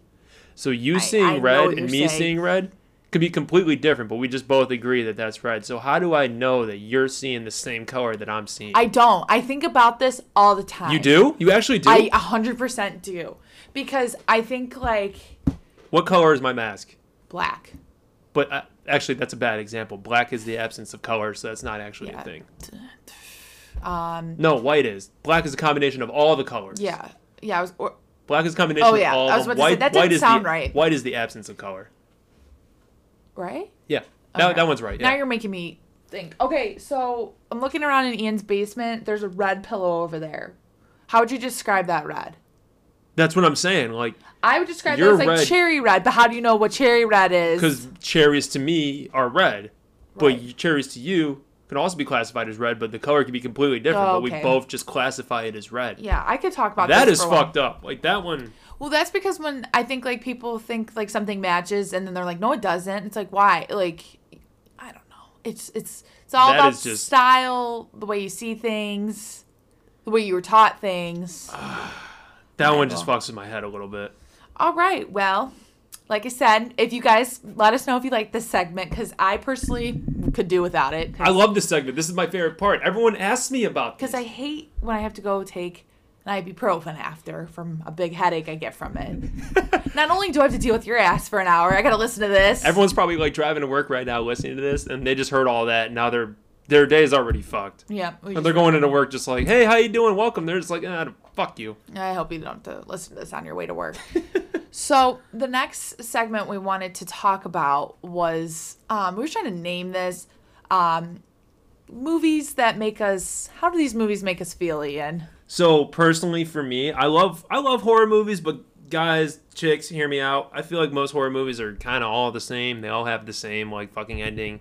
S1: So you seeing
S2: I know
S1: red and
S2: what you're
S1: me
S2: saying.
S1: seeing red could be completely different, but we just both agree that that's red. So how do I know that you're seeing the same color that I'm seeing?
S2: I don't. I think about this all the time.
S1: you do? You actually do?
S2: I 100% do. Because I think, like,
S1: what color is my mask?
S2: black.
S1: But uh, actually, that's a bad example. Black is the absence of color, so that's not actually
S2: Yeah.
S1: a thing.
S2: Um,
S1: No, white is. Black is a combination of all the colors.
S2: yeah. Yeah, I was, or,
S1: Black is a combination
S2: Oh, yeah.
S1: of all
S2: I was
S1: of
S2: about to say,
S1: white-
S2: that
S1: white
S2: didn't
S1: is the-
S2: sound right.
S1: White is the absence of color.
S2: right?
S1: Yeah. That,
S2: Okay.
S1: that one's right. Yeah.
S2: Now you're making me think. Okay, so I'm looking around in Ian's basement. There's a red pillow over there. How would you describe that red?
S1: that's what I'm saying. Like,
S2: I would describe
S1: Your
S2: it as
S1: red-
S2: like cherry red, but how do you know what cherry red is?
S1: because cherries to me are red, but
S2: Right.
S1: y cherries to you can also be classified as red, but the color could be completely different.
S2: Oh,
S1: But we
S2: okay.
S1: both just classify it as red.
S2: yeah, I could talk about
S1: that
S2: this
S1: is
S2: for a while.
S1: fucked up. Like that one.
S2: Well, that's because when I think like people think like something matches and then they're like, no, it doesn't. It's like why? Like, I don't know. It's it's it's all
S1: That
S2: about
S1: is just-
S2: style, the way you see things, the way you were taught things.
S1: That one just
S2: Michael.
S1: fucks with my head a little bit.
S2: All right. Well, like I said, if you guys let us know if you like this segment because I personally could do without it.
S1: I love this segment. This is my favorite part. Everyone asks me about
S2: because
S1: this.
S2: I hate when I have to go take an ibuprofen after from a big headache I get from
S1: <laughs>
S2: it. Not only do I have to deal with your ass for an hour, I got to listen to this.
S1: Everyone's probably like driving to work right now, listening to this, and they just heard all that. And now their their day is already fucked.
S2: yeah, we
S1: And
S2: just-
S1: they're going into work just like, hey, how you doing? Welcome. They're just like, ah, fuck you.
S2: I hope you don't have to listen to this on your way
S1: <laughs>
S2: to work. so the next segment we wanted to talk about was um, we were trying to name this um, movies that make us. How do these movies make us feel, Ian?
S1: So personally, for me, I love I love horror movies, but guys, chicks, hear me out. I feel like most horror movies are kind of all the same. They all have the same like fucking ending,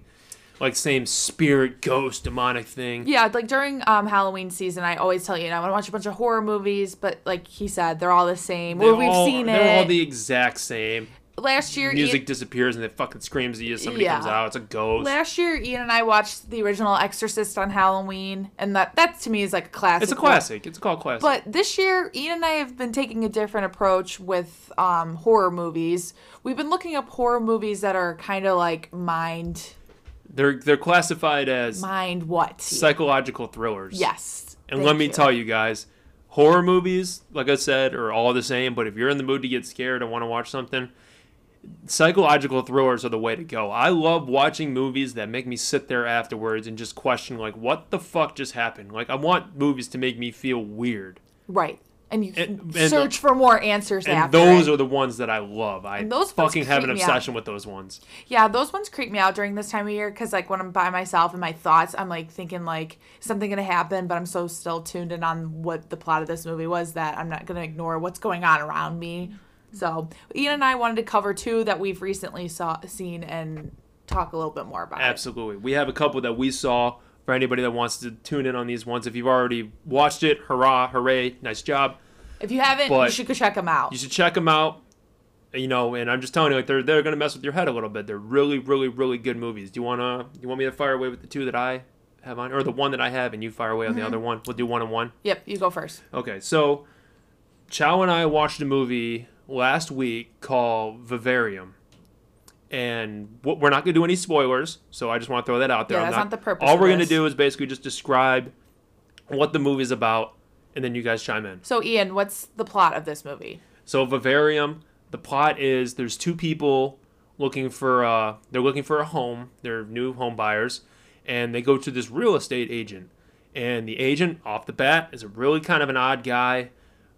S1: like same spirit, ghost, demonic thing.
S2: Yeah, like during um, Halloween season, I always tell you, I want to watch a bunch of horror movies, but like he said, they're all the same.
S1: They're
S2: or we've
S1: all-
S2: seen
S1: They're all
S2: it
S1: the exact same.
S2: last year.
S1: Music
S2: Ian,
S1: disappears and it fucking screams at you. Somebody
S2: Yeah.
S1: comes out. It's a ghost.
S2: last year, Ian and I watched the original Exorcist on Halloween, and that that to me is like a classic.
S1: it's a classic. It's called classic.
S2: But this year, Ian and I have been taking a different approach with um, horror movies. We've been looking up horror movies that are kind of like mind,
S1: they're they're classified as
S2: mind what?
S1: psychological thrillers.
S2: yes.
S1: And
S2: Thank
S1: let me
S2: you.
S1: tell you guys, horror movies, like I said, are all the same. But if you're in the mood to get scared and want to watch something, psychological thrillers are the way to go. I love watching movies that make me sit there afterwards and just question, like, what the fuck just happened? Like, I want movies to make me feel weird.
S2: Right. And you can
S1: and the-
S2: search for more answers
S1: And
S2: after.
S1: those
S2: it.
S1: are the ones that I love. I
S2: And those ones
S1: fucking have an
S2: creep me out.
S1: obsession with those ones.
S2: Yeah, those ones creep me out during this time of year because, like, when I'm by myself and my thoughts, I'm like thinking like is something gonna happen, but I'm so still tuned in on what the plot of this movie was that I'm not gonna ignore what's going on around me. So Ian and I wanted to cover two that we've recently saw seen and talk a little bit more about. it.
S1: Absolutely. We have a couple that we saw for anybody that wants to tune in on these ones. If you've already watched it, hurrah, hooray, nice job.
S2: If you haven't,
S1: But-
S2: you should go check them out.
S1: you should check them out. You know, and I'm just telling you, like they're they're gonna mess with your head a little bit. They're really, really, really good movies. Do you wanna you want me to fire away with the two that I have on, or the one that I have, and you fire away on
S2: Mm-hmm.
S1: the other one? We'll do one and one.
S2: Yep, you go first.
S1: Okay, so Chow and I watched a movie last week called Vivarium. And what, we're not going to do any spoilers, so I just want to throw that out there.
S2: Yeah,
S1: I'm
S2: that's not the purpose
S1: All
S2: of
S1: we're going to
S2: this.
S1: do is basically just describe what the movie's about, and then you guys chime in.
S2: So, Ian, what's the plot of this movie?
S1: So Vivarium, the plot is there's two people looking for uh they're looking for a home. They're new home buyers, and they go to this real estate agent. And the agent, off the bat, is a really kind of an odd guy.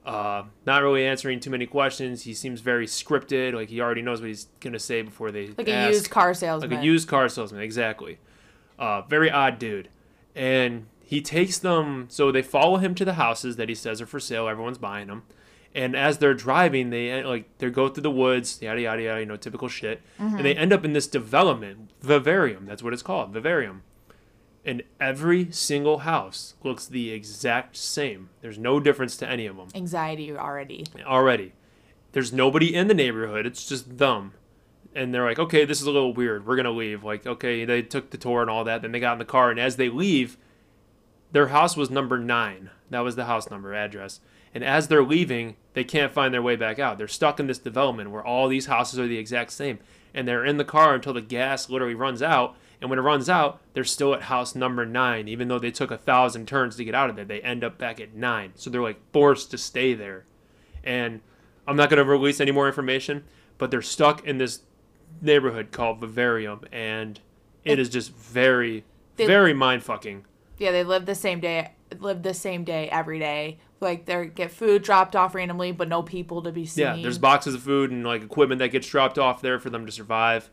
S1: Uh, not really answering too many questions. He seems very scripted. Like he already knows what he's gonna say before they
S2: Like
S1: ask.
S2: a used car salesman.
S1: Like a used car salesman, exactly. Uh, very odd dude. And he takes them, so they follow him to the houses that he says are for sale. Everyone's buying them. And as they're driving, they eh, like they go through the woods, yada yada yada, you know, typical shit. And they end up in this development, vivarium. That's what it's called, vivarium. And every single house looks the exact same. There's no difference to any of them
S2: Anxiety already.
S1: already. There's nobody in the neighborhood. It's just them. And they're like, okay, this is a little weird. We're going to leave. Like, okay, they took the tour and all that. Then they got in the car. And as they leave, their house was number nine. That was the house number address. And as they're leaving, they can't find their way back out. They're stuck in this development where all these houses are the exact same. And they're in the car until the gas literally runs out. And when it runs out, they're still at house number nine. Even though they took a thousand turns to get out of there, they end up back at nine. So they're like forced to stay there and I'm not going to release any more information, but they're stuck in this neighborhood called Vivarium, and it is just very,
S2: They-
S1: very mind fucking.
S2: Yeah, they live the same day. Live the same day every day. Like they get food dropped off randomly, but no people to be seen.
S1: Yeah, there's boxes of food and like equipment that gets dropped off there for them to survive.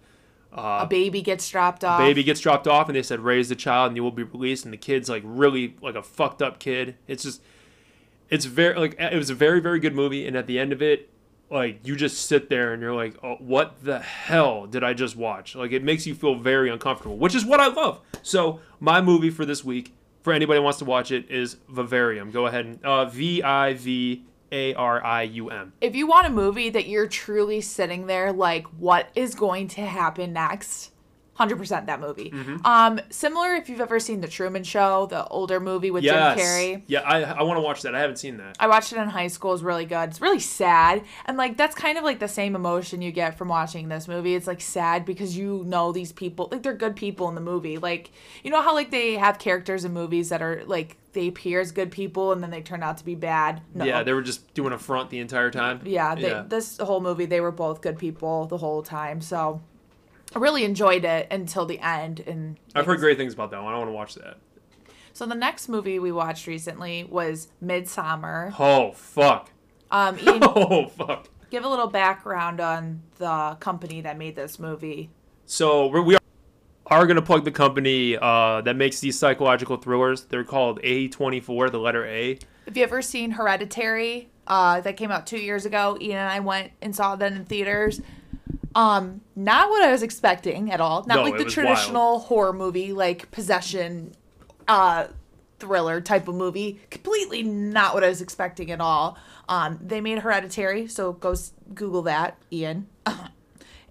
S2: a baby gets dropped off.
S1: Baby gets dropped off, and they said raise the child, and you will be released. And the kid's like really like a fucked up kid. It's just, it's very like it was a very very good movie, and at the end of it. Like you just sit there and you're like, oh, what the hell did I just watch? Like it makes you feel very uncomfortable, which is what I love. So my movie for this week, for anybody who wants to watch it, is Vivarium. Go ahead and uh, V I V A R I U M.
S2: If you want a movie that you're truly sitting there like, what is going to happen next? 100% that movie.
S1: Mm-hmm.
S2: Um, similar if you've ever seen The Truman Show, the older movie with
S1: Yes.
S2: Jim Carrey.
S1: Yeah, I I want to watch that. I haven't seen that.
S2: I watched it in high school. It's really good. It's really sad. And like that's kind of like the same emotion you get from watching this movie. It's like sad because you know these people, like they're good people in the movie. Like you know how like they have characters in movies that are like they appear as good people and then they turn out to be bad. No.
S1: Yeah, they were just doing a front the entire time.
S2: yeah, they, this whole movie they were both good people the whole time. So I really enjoyed it until the end and
S1: I've heard great things about that one. I want to watch that.
S2: so the next movie we watched recently was
S1: <laughs>
S2: Midsummer.
S1: Oh fuck!
S2: Um Ian,
S1: Oh fuck!
S2: give a little background on the company that made this movie.
S1: So we're, we are going to plug the company uh, that makes these psychological thrillers. They're called A24, the letter A.
S2: Have you ever seen Hereditary? Uh, that came out two years ago. Ian and I went and saw that in theaters. Um, not what I was expecting at all. Not
S1: No,
S2: like
S1: it
S2: the
S1: was
S2: traditional horror movie, like possession, uh, thriller type of movie. Completely not what I was expecting at all. Um, they made Hereditary, so go s- Google that, Ian. <laughs>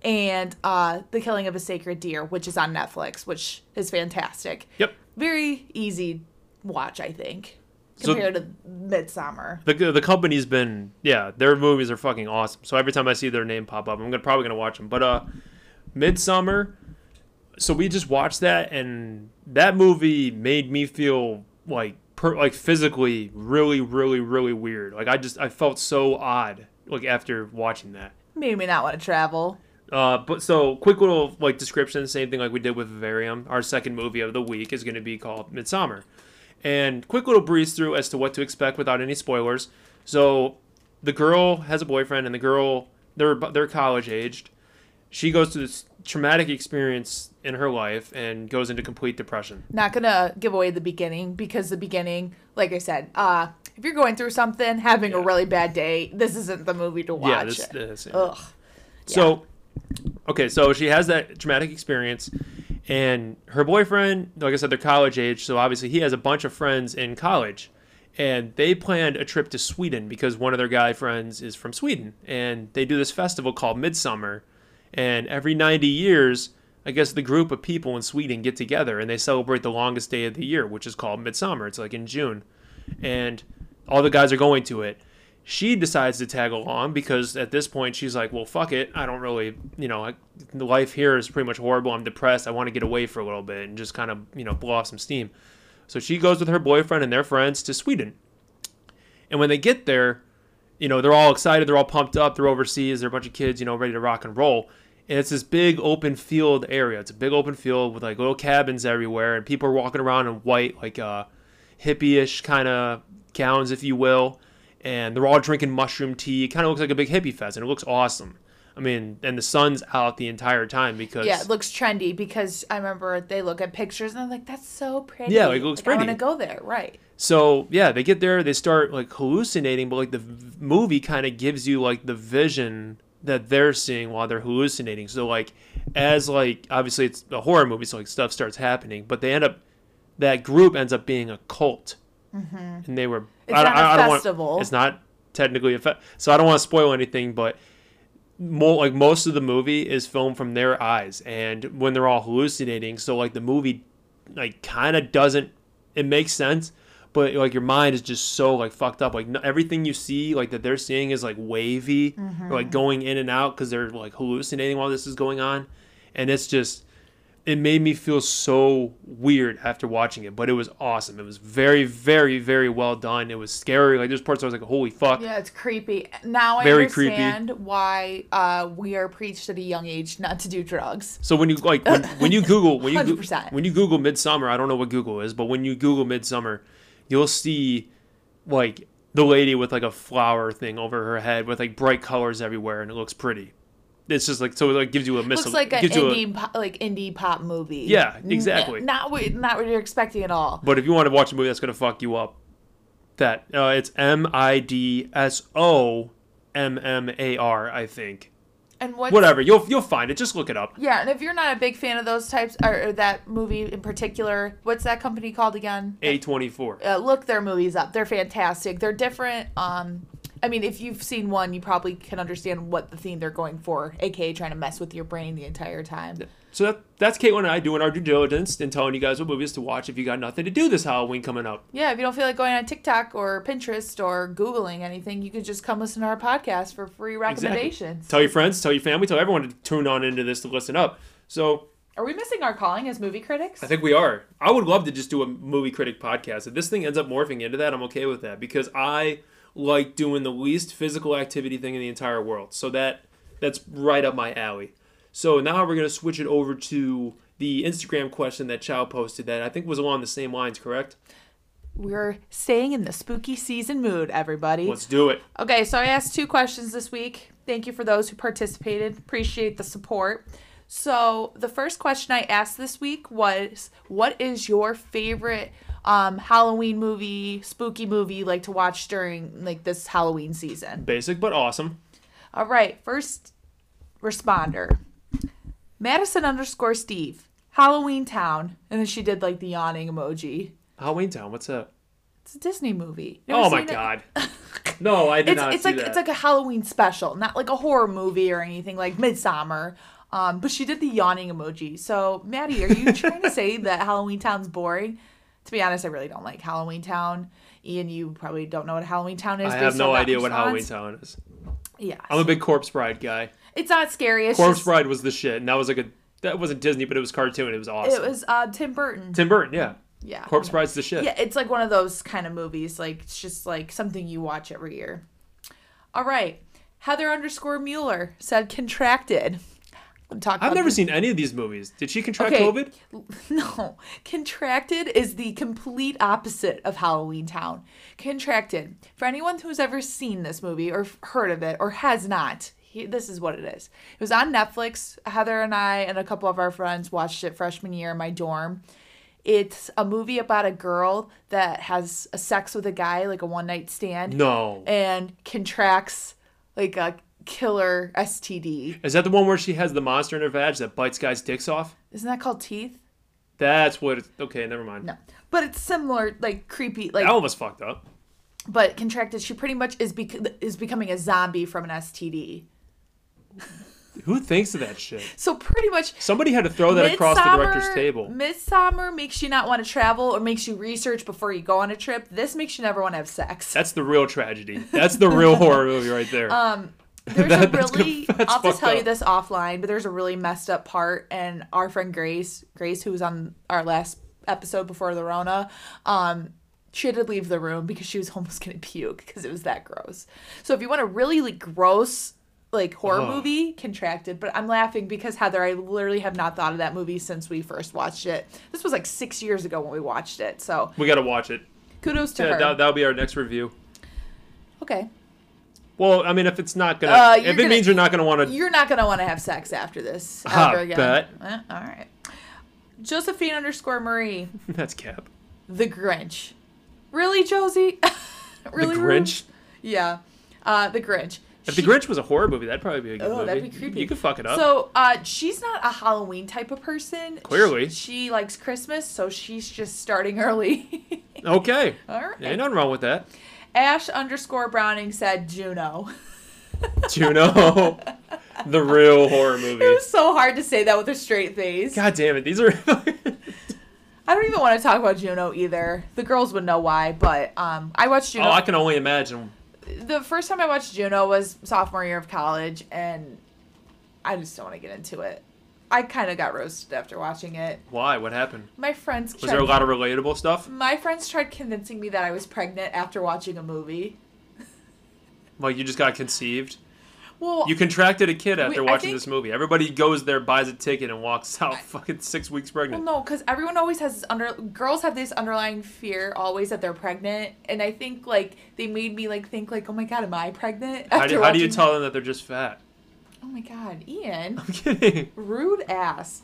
S2: and uh, The Killing of a Sacred Deer, which is on Netflix, which is fantastic.
S1: Yep.
S2: very easy watch, I think,
S1: So-
S2: compared to Midsummer.
S1: The, the company's been yeah their movies are fucking awesome so every time i see their name pop up i'm gonna, probably gonna watch them but uh midsummer so we just watched that and that movie made me feel like per, like physically really really really weird like i just i felt so odd like after watching that
S2: Made me not want to travel.
S1: Uh, but so quick little like description, same thing like we did with Vivarium. Our second movie of the week is going to be called Midsummer, and quick little breeze through as to what to expect without any spoilers. So the girl has a boyfriend, and the girl they're they're college aged. She goes through this traumatic experience in her life and goes into complete depression.
S2: Not gonna give away the beginning because the beginning, like I said, uh, if you're going through something, having a
S1: Yeah.
S2: really bad day, this isn't the movie to watch.
S1: Yeah, this, this yeah.
S2: Ugh.
S1: So, okay, so she has that traumatic experience, and her boyfriend, like I said, they're college age, so obviously he has a bunch of friends in college, and they planned a trip to Sweden because one of their guy friends is from Sweden, and they do this festival called Midsummer, and every 90 years, I guess the group of people in Sweden get together and they celebrate the longest day of the year, which is called Midsummer. It's like in June, and all the guys are going to it. She decides to tag along because at this point she's like, "Well, fuck it. I don't really, you know, I, the life here is pretty much horrible. I'm depressed. I want to get away for a little bit and just kind of, you know, blow off some steam." So she goes with her boyfriend and their friends to Sweden. And when they get there, you know, they're all excited, they're all pumped up, they're overseas, they're a bunch of kids, you know, ready to rock and roll. And it's this big open field area. It's a big open field with like little cabins everywhere, and people are walking around in white, like uh, hippie-ish kind of gowns, if you will. And they're all drinking mushroom tea. It kind of looks like a big hippie fest, and it looks awesome. I mean, and the sun's out the entire time because
S2: Yeah, it looks trendy because I remember they look at pictures and I'm like, that's so pretty.
S1: Yeah, like, it looks
S2: I want to
S1: pretty.
S2: go there, right?
S1: So yeah, they get there, they start like hallucinating, but like the v- movie kind of gives you like the vision that they're seeing while they're hallucinating. So like as like obviously it's a horror movie, so like stuff starts happening, but they end up that group ends up being a cult, and they were
S2: Mm-hmm. It's not a festival.
S1: Want, it's not technically a fe- so I don't want to spoil anything, but mo like most of the movie is filmed from their eyes and when they're all hallucinating so like the movie like kind of doesn't it makes sense but like your mind is just so like fucked up like no, everything you see like that they're seeing is like wavy
S2: Mm-hmm.
S1: or, like going in and out because they're like hallucinating while this is going on and it's just it made me feel so weird after watching it but it was awesome it was very very very well done it was scary like there's parts i was like holy fuck
S2: Yeah, it's creepy. Now I
S1: Very creepy.
S2: understand why uh, we are preached at a young age not to do drugs.
S1: So when you like when, when you Google
S2: <laughs>
S1: when you Goo-
S2: 100%.
S1: when you Google midsummer, I don't know what Google is, but when you Google midsummer, you'll see like the lady with like a flower thing over her head with like bright colors everywhere, and it looks pretty. It's just like so it like gives you a missile.
S2: looks like an
S1: gives you a-
S2: indie, po- like indie pop movie.
S1: Yeah,
S2: N-
S1: exactly.
S2: Not what, not what you're expecting at all.
S1: but if you want to watch a movie that's gonna fuck you up, that uh, it's M I D S O M M A R I think.
S2: And what's,
S1: Whatever you'll you'll find it. Just look it up.
S2: Yeah, and if you're not a big fan of those types or, or that movie in particular, what's that company called again?
S1: A twenty four.
S2: uh, look their movies up. They're fantastic. They're different. Um, I mean, if you've seen one, you probably can understand what the theme they're going for, aka trying to mess with your brain the entire time.
S1: So that, that's Caitlin and I doing our due diligence and telling you guys what movies to watch if you got nothing to do this Halloween coming up.
S2: Yeah, if you don't feel like going on TikTok or Pinterest or Googling anything, you could just come listen to our podcast for free recommendations.
S1: Tell your friends, tell your family, tell everyone to tune on into this to listen up. So
S2: Are we missing our calling as movie critics?
S1: I think we are. I would love to just do a movie critic podcast. If this thing ends up morphing into that, I'm okay with that because I like doing the least physical activity thing in the entire world. So that that's right up my alley. So now we're gonna switch it over to the Instagram question that Chow posted that I think was along the same lines, correct?
S2: We're staying in the spooky season mood, everybody.
S1: Let's do it.
S2: Okay, so I asked two questions this week. Thank you for those who participated. Appreciate the support. So, the first question I asked this week was What is your favorite um, Halloween movie, spooky movie, you like to watch during like this Halloween season?
S1: Basic but awesome.
S2: All right, first responder Madison underscore Steve, Halloween Town. And then she did like the yawning emoji.
S1: Halloween Town, what's up?
S2: It's a Disney movie. You ever
S1: Oh my
S2: seen it? <laughs>
S1: god. No, I did
S2: it's,
S1: not
S2: it's
S1: see
S2: like
S1: that.
S2: it's like a Halloween special, not like a horror movie or anything like Midsummer. Um, but she did the yawning emoji. So Maddie, are you trying to say that Halloween Town's boring? To be honest, I really don't like Halloween Town. Ian, you probably don't know what Halloween Town is.
S1: I have
S2: based
S1: no
S2: on that
S1: idea what Halloween
S2: response.
S1: Town is.
S2: Yeah,
S1: I'm a big Corpse Bride guy.
S2: it's not scary. It's
S1: Corpse
S2: just,
S1: Bride was the shit, and that was like a that wasn't Disney, but it was cartoon. It was awesome.
S2: It was uh, Tim Burton.
S1: Tim Burton, yeah.
S2: yeah,
S1: Corpse Bride's the shit.
S2: Yeah, it's like one of those kind of movies. Like it's just like something you watch every year. All right, Heather underscore Mueller said contracted. I'm talking.
S1: I've
S2: about
S1: never seen any of these movies. Did she contract
S2: Okay.
S1: COVID?
S2: <laughs> No, Contracted is the complete opposite of Halloween Town. Contracted, for anyone who's ever seen this movie or f- heard of it or has not, he, this is what it is. It was on Netflix. Heather and I and a couple of our friends watched it freshman year in my dorm. It's a movie about a girl that has a sex with a guy, like a one night stand,
S1: No.
S2: and contracts like a killer STD.
S1: Is that the one where she has the monster in her vag that bites guys' dicks off?
S2: Isn't that called teeth?
S1: That's what. It's, okay, never mind.
S2: No, but it's similar, like creepy, like
S1: That one was fucked up.
S2: but contracted she pretty much is bec- is becoming a zombie from an STD.
S1: Who thinks of that shit?
S2: So pretty much
S1: Somebody had to throw that across the director's table.
S2: Midsummer makes you not want to travel or makes you research before you go on a trip. This makes you never want to have sex.
S1: That's the real tragedy. That's the real
S2: <laughs>
S1: horror movie right there.
S2: Uh, There's
S1: that-
S2: a
S1: that's gonna-
S2: really
S1: <laughs> that's
S2: I'll just
S1: fucked
S2: tell you
S1: up.
S2: this offline, but there's a really messed up part and our friend Grace, Grace who was on our last episode before the Rona, um she had to leave the room because she was <laughs> almost going to puke because it was that gross. So if you want a really like gross like horror
S1: Ugh.
S2: movie, Contracted, but I'm laughing because Heather, I literally have not thought of that movie since we first watched it. This was like 6 years ago when we watched it. So,
S1: we got to watch it.
S2: kudos to
S1: Yeah,
S2: her.
S1: that, that'll be our next review.
S2: okay.
S1: Well, I mean, if it's not gonna,
S2: Uh,
S1: if
S2: you're
S1: it
S2: gonna-
S1: means you're not gonna want to,
S2: You're not gonna want to have sex after
S1: <laughs>
S2: this
S1: Ah,
S2: ever again.
S1: bet.
S2: Eh, all right. Josephine underscore Marie,
S1: <laughs> that's cap.
S2: the Grinch. Really, Josie? <laughs> really,
S1: the
S2: Rube?
S1: Grinch.
S2: Yeah, uh, the Grinch.
S1: If
S2: She-
S1: the Grinch was a horror movie, that'd probably be a good
S2: Oh,
S1: movie.
S2: that'd be creepy.
S1: You could fuck it up.
S2: So uh, she's not a Halloween type of person.
S1: Clearly.
S2: she, she likes Christmas, so she's just starting <laughs> early.
S1: okay,
S2: all right.
S1: ain't nothing wrong with that. <laughs>
S2: Ash underscore Browning said Juno.
S1: Juno, the real horror movie.
S2: It was <laughs> so hard to say that with a straight face.
S1: God damn it, these are. <laughs> Oh,
S2: I don't even want to talk about Juno either. The girls would know why, but um, I watched Juno.
S1: oh, I can only imagine.
S2: the first time I watched Juno was sophomore year of college, and I just don't want to get into it. I kind of got roasted after watching it.
S1: Why? What happened?
S2: My friends
S1: Was there a lot of relatable stuff?
S2: my friends tried convincing me that I was pregnant after watching a movie.
S1: Like you just got conceived.
S2: Well,
S1: You contracted a kid after
S2: I
S1: watching
S2: think-
S1: this movie. Everybody goes there, buys a ticket, and walks <laughs> out fucking six weeks
S2: well
S1: pregnant.
S2: no, because everyone always has this under girls have this underlying fear always that they're pregnant, and I think like they made me like think like, oh my god, am I pregnant?
S1: how, do, how do you
S2: watching-
S1: tell them that they're just fat? <laughs>
S2: Oh my god, Ian.
S1: I'm kidding.
S2: Rude ass.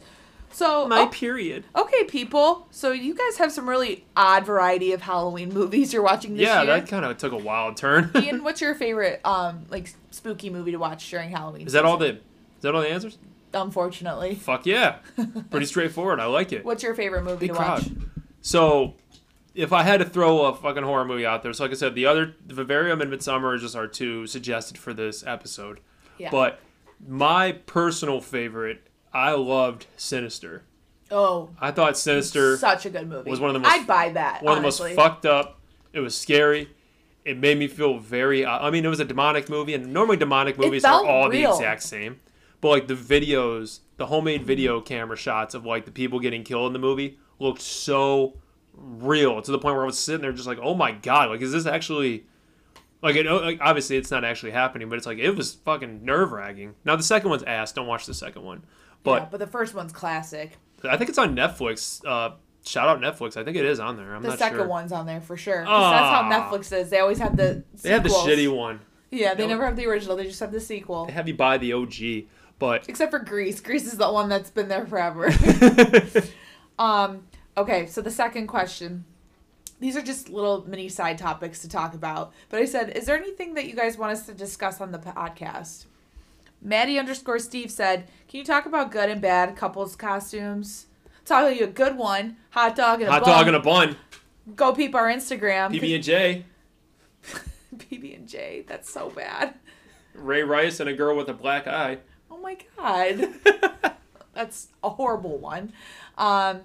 S2: So
S1: My
S2: oh,
S1: period.
S2: okay, people. So you guys have some really odd variety of Halloween movies you're watching this
S1: Yeah,
S2: year.
S1: that kind of took a wild turn.
S2: <laughs> Ian, what's your favorite um like spooky movie to watch during
S1: <laughs>
S2: Halloween?
S1: is that all the? Is that all the answers?
S2: Unfortunately.
S1: Fuck yeah. Pretty straightforward. I like it.
S2: What's your favorite movie
S1: Big
S2: to
S1: crowd.
S2: watch?
S1: So, if I had to throw a fucking horror movie out there, so like I said, the other the Vivarium and Midsummer are just our two suggested for this episode.
S2: Yeah.
S1: But my personal favorite, I loved Sinister.
S2: oh,
S1: I thought Sinister
S2: such a good movie.
S1: was one of the most-
S2: I'd buy that.
S1: one
S2: honestly.
S1: of the most fucked up. It was scary. It made me feel very. uh, I mean, it was a demonic movie, and normally demonic movies are
S2: felt
S1: all the
S2: real.
S1: exact same. But like the videos, the homemade video camera shots of like the people getting killed in the movie looked so real to the point where I was sitting there just like, oh my god, like is this actually? Like, it, like obviously it's not actually happening, but it's like it was fucking nerve wracking. Now the second one's ass. Don't watch the second one, but
S2: Yeah, but the first one's classic.
S1: I think it's on Netflix. Uh, shout out Netflix. I think it is on there. I'm
S2: The
S1: not
S2: second
S1: sure.
S2: one's on there for sure. 'Cause
S1: Ah.
S2: That's how Netflix is. They always have the. Sequels.
S1: They had the shitty one.
S2: Yeah, they
S1: Nope.
S2: never have the original. They just have the sequel.
S1: They have you buy the OG,
S2: <laughs>
S1: but
S2: Except for Grease. Grease is the one that's been there forever.
S1: <laughs>
S2: um. Okay, so the second question. These are just little mini side topics to talk about. But I said, is there anything that you guys want us to discuss on the podcast? Maddie underscore Steve said, can you talk about good and bad couples costumes? Tell you a good one, hot dog and a
S1: hot
S2: bun.
S1: dog and a bun,
S2: Go peep our Instagram.
S1: PB
S2: <laughs>
S1: and J,
S2: PB and J. That's so bad.
S1: Ray Rice and a girl with a black eye.
S2: Oh my
S1: <laughs>
S2: god. That's a horrible one. Um,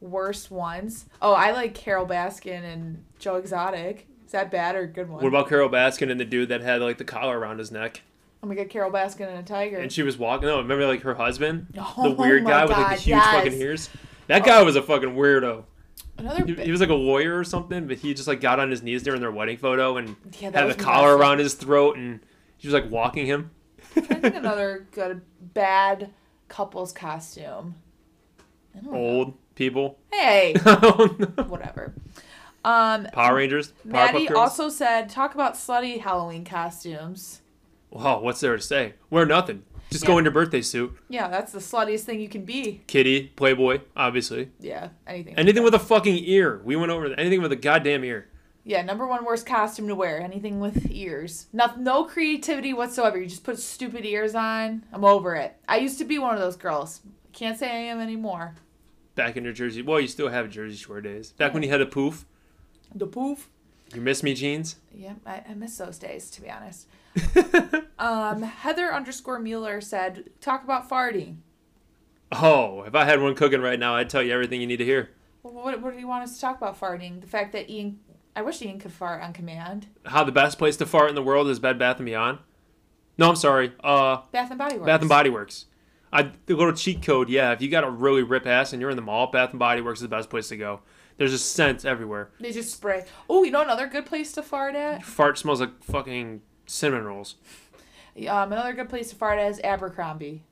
S2: worst ones. Oh, I like Carol Baskin and Joe Exotic. Is that bad or a good one?
S1: What about Carol Baskin and the dude that had like the collar around his neck,
S2: oh my god, Carol Baskin and a tiger.
S1: and she was walking? No, remember like her husband, the
S2: Oh
S1: weird
S2: my
S1: guy with like
S2: God,
S1: the huge fucking
S2: yes. Oh.
S1: ears. That guy was a fucking weirdo.
S2: Another
S1: He,
S2: bi-
S1: he was like a lawyer or something, but he just like got on his knees during their wedding photo and
S2: Yeah, that
S1: had the
S2: was
S1: collar
S2: messed up.
S1: around his throat, and she was like walking him.
S2: I think another good bad couple's costume. I don't know.
S1: Old people, <laughs>
S2: Hey,
S1: Power
S2: whatever. Um,
S1: Rangers, Powerpuff
S2: Maddie
S1: Girls.
S2: also said talk about slutty Halloween costumes.
S1: Wow, what's there to say? Wear nothing. Just go
S2: Yeah.
S1: in your birthday suit.
S2: Yeah, that's the sluttiest thing you can be.
S1: Kitty, Playboy, obviously.
S2: Yeah, anything.
S1: Anything with a fucking ear. We went over that. Anything with a goddamn ear.
S2: Yeah, number one worst costume to wear. Anything with ears. No, no creativity whatsoever. You just put stupid ears on. I'm over it. I used to be one of those girls. Can't say I am anymore.
S1: Back in New Jersey. Well, you still have Jersey Shore days. Back when you had a poof.
S2: The poof.
S1: You miss me, jeans?
S2: Yeah, I, I miss those days, to be
S1: <laughs>
S2: honest. um, Heather underscore Mueller said, talk about farting.
S1: Oh, if I had one cooking right now, I'd tell you everything you need to hear.
S2: Well, What, what do you want us to talk about farting? The fact that Ian, I wish Ian could fart on command.
S1: How the best place to fart in the world is Bed Bath and Beyond. No, I'm sorry. Uh,
S2: Bath and Body Works.
S1: Bath and Body Works. I the little cheat code. Yeah, if you got a really rip ass and you're in the mall, Bath and Body Works is the best place to go. There's just scents everywhere.
S2: They just spray. Oh, you know another good place to fart at?
S1: Fart smells like fucking cinnamon rolls.
S2: Um, another good place to fart at is Abercrombie.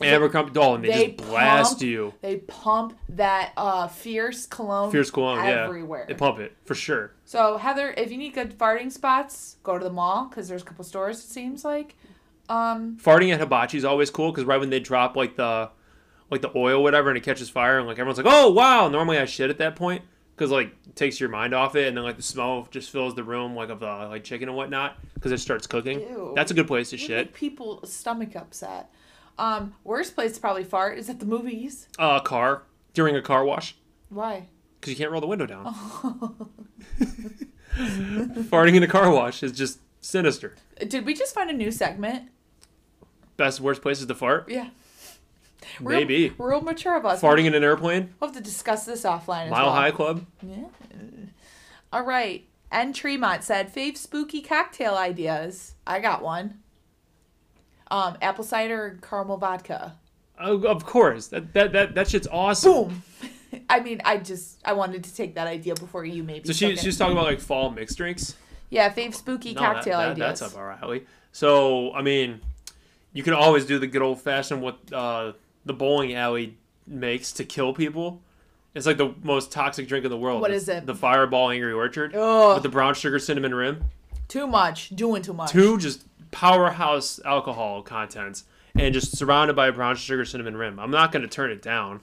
S1: Abercrombie. Oh, and they,
S2: They
S1: just blast
S2: pump
S1: you.
S2: They pump that uh, fierce cologne.
S1: Fierce cologne. Yeah.
S2: Everywhere.
S1: They pump it for sure.
S2: So Heather, if you need good farting spots, go to the mall because there's a couple stores. It seems like. Um,
S1: farting at hibachi is always cool because right when they drop like the like the oil whatever and it catches fire and like everyone's like oh wow normally i shit at that point because like it takes your mind off it and then like the smell just fills the room like of the like chicken and whatnot because it starts cooking
S2: Ew.
S1: that's a good place to
S2: you
S1: shit
S2: make people stomach upset. Um, worst place to probably fart is at the movies.
S1: uh car during a car wash
S2: Why?
S1: because you can't roll the window down
S2: Oh.
S1: <laughs> farting in a car wash is just sinister
S2: Did we just find a new segment?
S1: best worst places to fart
S2: Yeah. We're real-
S1: maybe
S2: We're real mature about us.
S1: farting in an airplane
S2: We'll have to discuss this offline. as
S1: mile
S2: well.
S1: high club
S2: Yeah. All right. And Tremont said, "Fave spooky cocktail ideas." I got one. Um, apple cider and caramel vodka.
S1: oh, of course that, that that that shit's awesome
S2: Boom. <laughs> I mean, I just I wanted to take that idea before you maybe.
S1: So she,
S2: took it.
S1: she was talking about like fall mixed drinks.
S2: yeah, fave spooky
S1: No, that-
S2: cocktail
S1: that-
S2: ideas.
S1: That's up our alley. So I mean, you can always do the good old fashioned what uh, the bowling alley makes to kill people. It's like the most toxic drink in the world.
S2: What
S1: It's
S2: is it?
S1: The Fireball Angry Orchard
S2: Ugh.
S1: with the brown sugar cinnamon rim.
S2: Too much, doing too much.
S1: Two just powerhouse alcohol contents and just surrounded by a brown sugar cinnamon rim. I'm not gonna turn it down.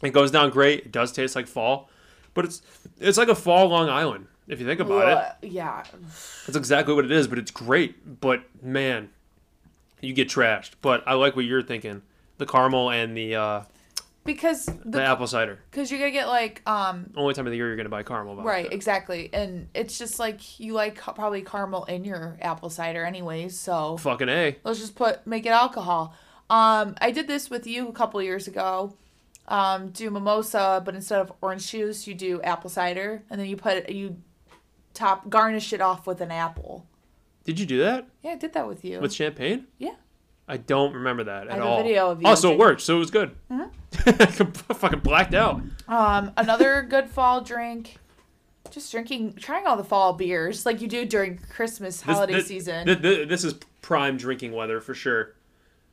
S1: It goes down great. It does taste like fall, but it's it's like a fall Long Island if you think about it.
S2: Ugh, Yeah.
S1: That's exactly what it is, but it's great. But man, you get trashed. But I like what you're thinking. The caramel and the uh,
S2: Because
S1: the
S2: the
S1: apple cider.
S2: because you're gonna get like um
S1: Only time of the year you're gonna buy caramel. Vodka.
S2: right exactly and it's just like you like ca- probably caramel in your apple cider anyways so
S1: Fucking a.
S2: Let's just put make it alcohol. Um, I did this with you a couple years ago. Um, do mimosa, but instead of orange juice, you do apple cider, and then you put you top garnish it off with an apple.
S1: Did you do that
S2: Yeah, I did that with you.
S1: with champagne?
S2: yeah,
S1: I don't remember that at
S2: have a
S1: all.
S2: video of you Uh-huh.
S1: oh, so it
S2: drinking-
S1: worked. So it was good. I <laughs> fucking blacked out.
S2: Um, another <laughs> good fall drink. Just drinking, trying all the fall beers like you do during Christmas
S1: This-
S2: holiday
S1: this-
S2: season.
S1: thi- thi- this is prime drinking weather for sure.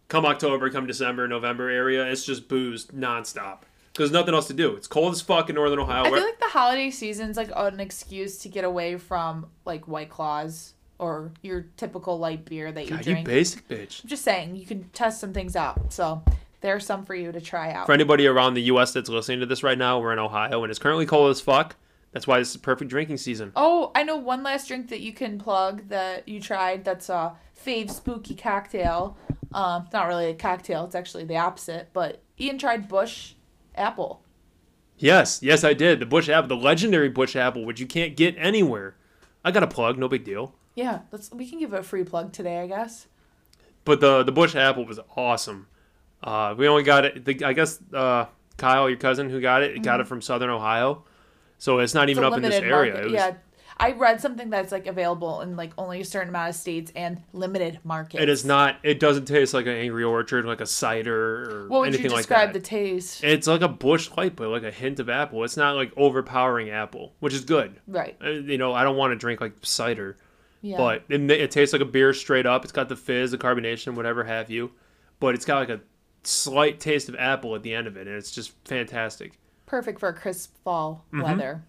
S1: Come October, come December, November area, it's just booze nonstop. There's nothing else to do. It's cold as fuck in northern Ohio.
S2: I
S1: Where-
S2: feel like the holiday season's like an excuse to get away from like White Claws or your typical light beer that you
S1: God, you
S2: drink.
S1: basic bitch.
S2: I'm just saying you can test some things out. So there are some for you to try out.
S1: for anybody around the U.S. that's listening to this right now, we're in Ohio and it's currently cold as fuck. That's why this is perfect drinking season.
S2: Oh, I know one last drink that you can plug that you tried. That's a fave spooky cocktail. Um, it's not really a cocktail. It's actually the opposite. But Ian tried Bush Apple.
S1: Yes, yes, I did. The Bush apple, the legendary Bush apple, which you can't get anywhere. I got a plug, no big deal.
S2: Yeah, let's we can give it a free plug today, I guess.
S1: But the the Bush apple was awesome. Uh, we only got it. The, I guess uh, Kyle, your cousin who got it, got it from Southern Ohio, so it's not
S2: Mm-hmm. It's
S1: even
S2: a
S1: up in this
S2: limited
S1: area.
S2: market.
S1: It was-
S2: yeah. I read something that's like available in like only a certain amount of states and limited markets.
S1: It is not. It doesn't taste like an Angry Orchard, like a cider or
S2: What would
S1: anything
S2: you
S1: like that.
S2: describe the taste?
S1: It's like a bush light, but like a hint of apple. It's not like overpowering apple, which is good.
S2: right.
S1: Uh, You know, I don't want to drink like cider,
S2: Yeah.
S1: but it, ma- it tastes like a beer straight up. It's got the fizz, the carbonation, whatever have you, but it's got like a slight taste of apple at the end of it, and it's just fantastic.
S2: perfect for crisp fall
S1: Mm-hmm.
S2: weather.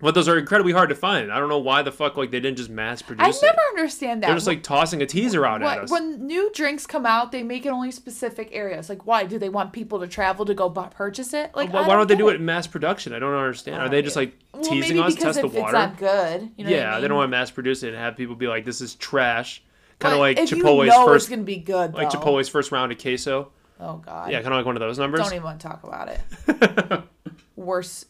S1: But those are incredibly hard to find. I don't know why the fuck like they didn't just mass
S2: I
S1: produce
S2: never
S1: it.
S2: understand that.
S1: They're just like tossing a teaser out at
S2: Why-
S1: us.
S2: when new drinks come out, they make it only specific areas. Like, why do they want people to travel to go bu- purchase it? Like,
S1: why,
S2: I
S1: why don't they
S2: get
S1: do it in mass production? I don't understand. Are they just like
S2: Well,
S1: teasing
S2: maybe
S1: us,
S2: because
S1: test the
S2: if it's
S1: water?
S2: not good, you know what I
S1: yeah, they don't
S2: mean?
S1: want to mass produce it and have people be like, "This is trash." Kind
S2: But
S1: of like
S2: if you
S1: Chipotle's
S2: know it's
S1: first,
S2: gonna be good.
S1: like
S2: though.
S1: Chipotle's first round of queso.
S2: Oh God.
S1: Yeah, kind of like one of those numbers. <laughs>
S2: Don't even want to talk about it. Worse.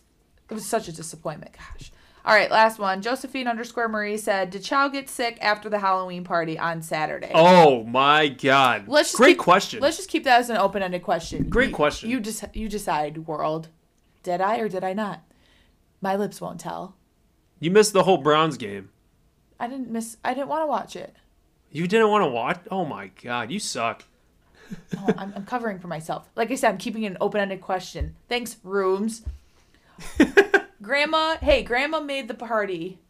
S2: It was such a disappointment. Gosh. All right, last one. Josephine underscore Marie said, "Did Chow get sick after the Halloween party on Saturday?"
S1: Oh my God.
S2: Let's just
S1: Great
S2: keep-
S1: question.
S2: Let's just keep that as an open-ended question.
S1: Great
S2: You-
S1: question.
S2: You just you decide, world. Did I or did I not? My lips won't tell.
S1: you missed the whole Browns game.
S2: I didn't miss. I didn't want to watch it. <laughs>
S1: You didn't want to watch? Oh my God. You suck.
S2: Oh, I'm, I'm covering for myself. Like I said, I'm keeping it an open-ended question. Thanks,
S1: <laughs>
S2: rooms. grandma, hey, Grandma made the party.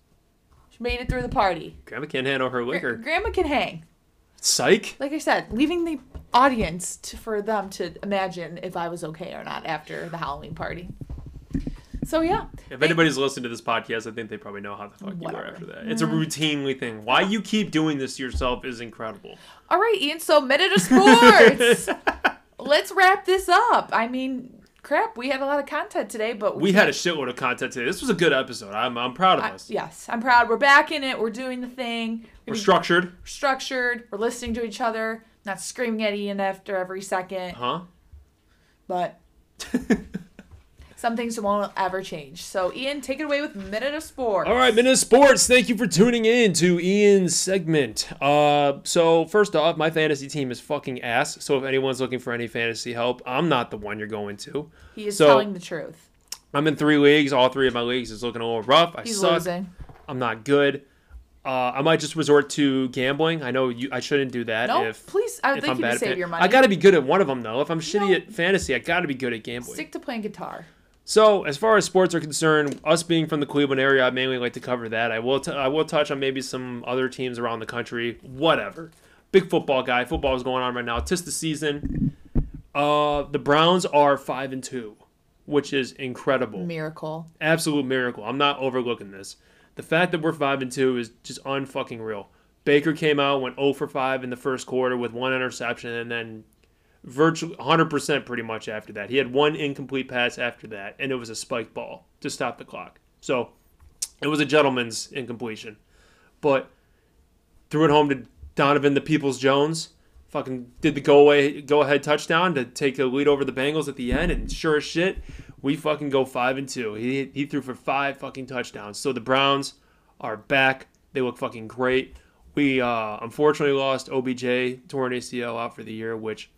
S2: She made it through the party.
S1: Grandma can't handle her liquor.
S2: Grandma can hang.
S1: Psych.
S2: like I said, leaving the audience to, for them to imagine if I was okay or not after the Halloween party. So yeah,
S1: If
S2: They-
S1: anybody's listened to this podcast, I think they probably know how the fuck you
S2: Whatever.
S1: are after that. It's a routinely thing. Why you keep doing this to yourself is incredible.
S2: all right, Ian. So
S1: <laughs>
S2: Minnesota sports. Let's wrap this up. I mean, crap, we had a lot of content today, but
S1: We had a shitload of content today. This was a good episode. I'm, I'm proud of
S2: I-
S1: us.
S2: yes, I'm proud. We're back in it. We're doing the thing.
S1: We're
S2: We're
S1: structured.
S2: structured. We're listening to each other. Not screaming at Ian after every second,
S1: Huh? <laughs>
S2: but some things won't ever change. So Ian, take it away with Minute of Sports.
S1: All right, Minute Sports, thank you for tuning in to Ian's segment. Uh, so, first off, my fantasy team is fucking ass. So, if anyone's looking for any fantasy help, I'm not the one you're going to.
S2: He is
S1: So-
S2: telling the truth.
S1: I'm in three leagues. All three of my leagues is looking a little rough. I
S2: He's
S1: suck.
S2: losing.
S1: I'm not good. Uh, I might just resort to gambling. I know you. I shouldn't do that.
S2: No,
S1: if,
S2: please. I would
S1: if
S2: think
S1: I'm
S2: you
S1: bad
S2: would
S1: at
S2: save
S1: fan-
S2: your money.
S1: I got to be good at one of them though. If I'm shitty
S2: No.
S1: at fantasy, I got to be good at gambling.
S2: stick to playing guitar.
S1: So, as far as sports are concerned, us being from the Cleveland area, I mainly like to cover that. I will, t- I will touch on maybe some other teams around the country. Whatever. Big football guy. Football is going on right now. Tis the season. Uh, the Browns are five and two, which is incredible.
S2: Miracle.
S1: Absolute miracle. I'm not overlooking this. The fact that we're five and two is just unfucking real. Baker came out, went 0 for five in the first quarter with one interception, and then virtually 100% pretty much after that. He had one incomplete pass after that, and it was a spiked ball to stop the clock. So it was a gentleman's incompletion. But threw it home to Donovan the Peoples Jones. Fucking did the go away go ahead touchdown to take the lead over the Bengals at the end, and sure as shit, we fucking go five and two. He he threw for five fucking touchdowns. So the Browns are back. They look fucking great. We uh, unfortunately lost OBJ torn ACL out for the year, which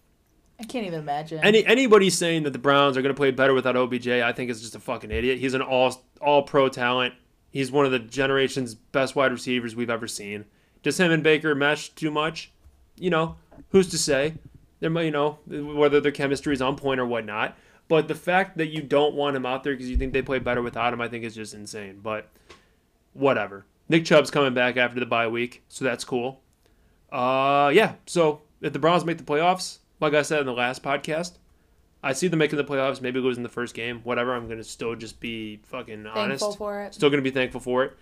S2: I can't even imagine.
S1: any anybody saying that the Browns are going to play better without OBJ, I think is just a fucking idiot. He's an all all pro talent. He's one of the generation's best wide receivers we've ever seen. Does him and Baker mesh too much? You know, who's to say? There, might- you know, whether their chemistry is on point or whatnot. But the fact that you don't want him out there because you think they play better without him, I think is just insane. But whatever. Nick Chubb's coming back after the bye week, so that's cool. Uh, yeah. So if the Browns make the playoffs, like I said in the last podcast, I see them making the playoffs. Maybe losing the first game, whatever. I'm gonna still just be fucking honest.
S2: Thankful for it.
S1: Still gonna be thankful for it.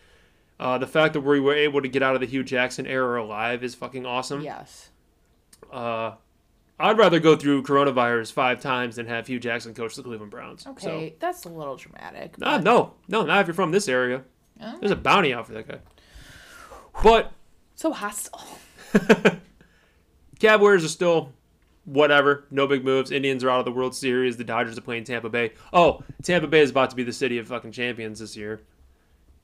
S1: Uh, the fact that we were able to get out of the Hugh Jackson era alive is fucking awesome.
S2: Yes.
S1: Uh, I'd rather go through coronavirus five times than have Hugh Jackson coach the Cleveland Browns.
S2: Okay, that's a little dramatic.
S1: So, nah,
S2: but-
S1: no, no, not if you're from this area.
S2: Oh.
S1: There's a bounty out for that guy. But
S2: So hostile.
S1: Cab Warriors are still whatever. No big moves. Indians are out of the World Series. The Dodgers are playing Tampa Bay. Oh, Tampa Bay is about to be the city of fucking champions this year.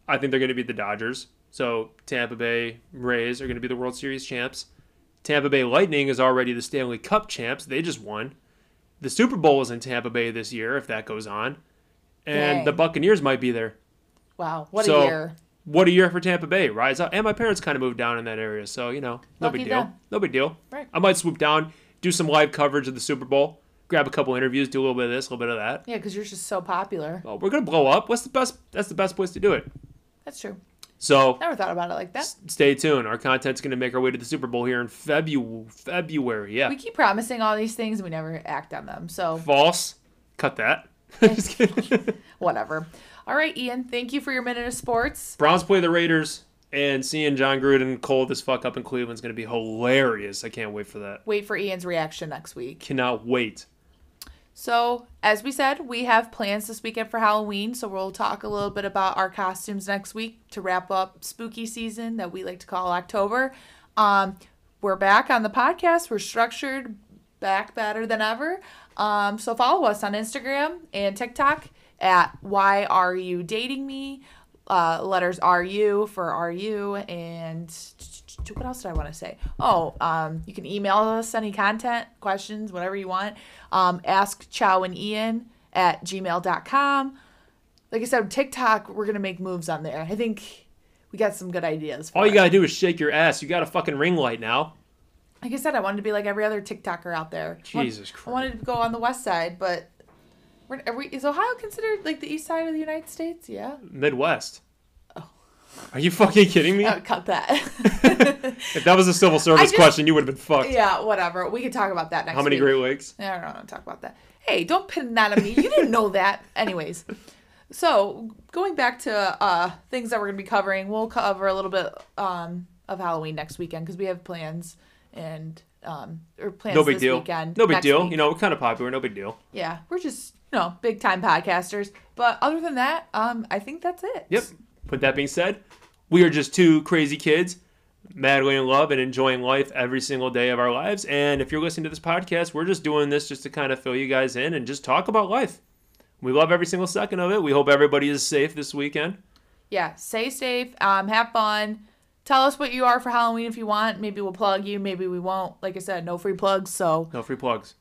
S1: I think they're going to be the Dodgers. So Tampa Bay Rays are going to be the World Series champs. Tampa Bay Lightning is already the Stanley Cup champs. They just won. The Super Bowl is in Tampa Bay this year if that goes on. And
S2: Dang.
S1: the Buccaneers might be there.
S2: Wow, what
S1: So,
S2: a year.
S1: What a year for Tampa Bay. Rise up. And my parents kind of moved down in that area, so you know, no
S2: Lucky
S1: big deal.
S2: them.
S1: No big deal.
S2: Right.
S1: I might swoop down, do some live coverage of the Super Bowl, grab a couple interviews, do a little bit of this, a little bit of that.
S2: Yeah, because you're just so popular.
S1: Oh, we're gonna blow up. What's the best? That's the best place to do it.
S2: That's true.
S1: So
S2: Never thought about it like that.
S1: stay tuned. Our content's gonna make our way to the Super Bowl here in February. February, yeah.
S2: We keep promising all these things and we never act on them. So
S1: False. Cut that. <laughs> Just
S2: <laughs>
S1: kidding.
S2: whatever. All right, Ian. Thank you for your minute of sports.
S1: Browns play the Raiders, and seeing John Gruden cold as fuck up in Cleveland's gonna be hilarious. I can't wait for that.
S2: Wait for Ian's reaction next week.
S1: Cannot wait.
S2: So, as we said, we have plans this weekend for Halloween. So, we'll talk a little bit about our costumes next week to wrap up spooky season that we like to call October. Um, we're back on the podcast. We're structured back better than ever. Um, so, follow us on Instagram and TikTok at Why Are You Dating Me? uh, letters RU for RU. And what else did I want to say? Oh, um, you can email us any content, questions, whatever you want. Um, ask Chow and Ian at gmail.com. Like I said, TikTok, we're going to make moves on there. I think we got some good ideas. For
S1: All you
S2: it.
S1: gotta do is shake your ass. You got a fucking ring light now.
S2: Like I said, I wanted to be like every other TikToker out there. I want-
S1: Jesus
S2: I wanted to go on the west side, but we're, are we, is Ohio considered like the east side of the United States? Yeah.
S1: Midwest. Are you fucking kidding me?
S2: <laughs> Oh,
S1: <laughs>
S2: cut that. <laughs>
S1: if that was a civil service
S2: just-
S1: question, you would have been fucked.
S2: yeah, whatever. We could talk about that next
S1: How many
S2: week.
S1: Great Lakes?
S2: I don't want to talk about that. Hey, don't pin that on me. You didn't know that. Anyways, so going back to uh, things that we're going to be covering, we'll cover a little bit um, of Halloween next weekend because we have plans and um, or plans
S1: No big
S2: this
S1: deal.
S2: weekend.
S1: no big
S2: next
S1: deal.
S2: week.
S1: You know, we're kind of popular. No big deal.
S2: yeah, we're just you know big time podcasters. But other than that, um, I think that's it.
S1: Yep. With that being said, we are just two crazy kids, madly in love and enjoying life every single day of our lives. And if you're listening to this podcast, we're just doing this just to kind of fill you guys in and just talk about life. We love every single second of it. We hope everybody is safe this weekend.
S2: yeah, stay safe, um, have fun. Tell us what you are for Halloween if you want. Maybe we'll plug you, maybe we won't. Like I said, no free plugs, so
S1: No free plugs.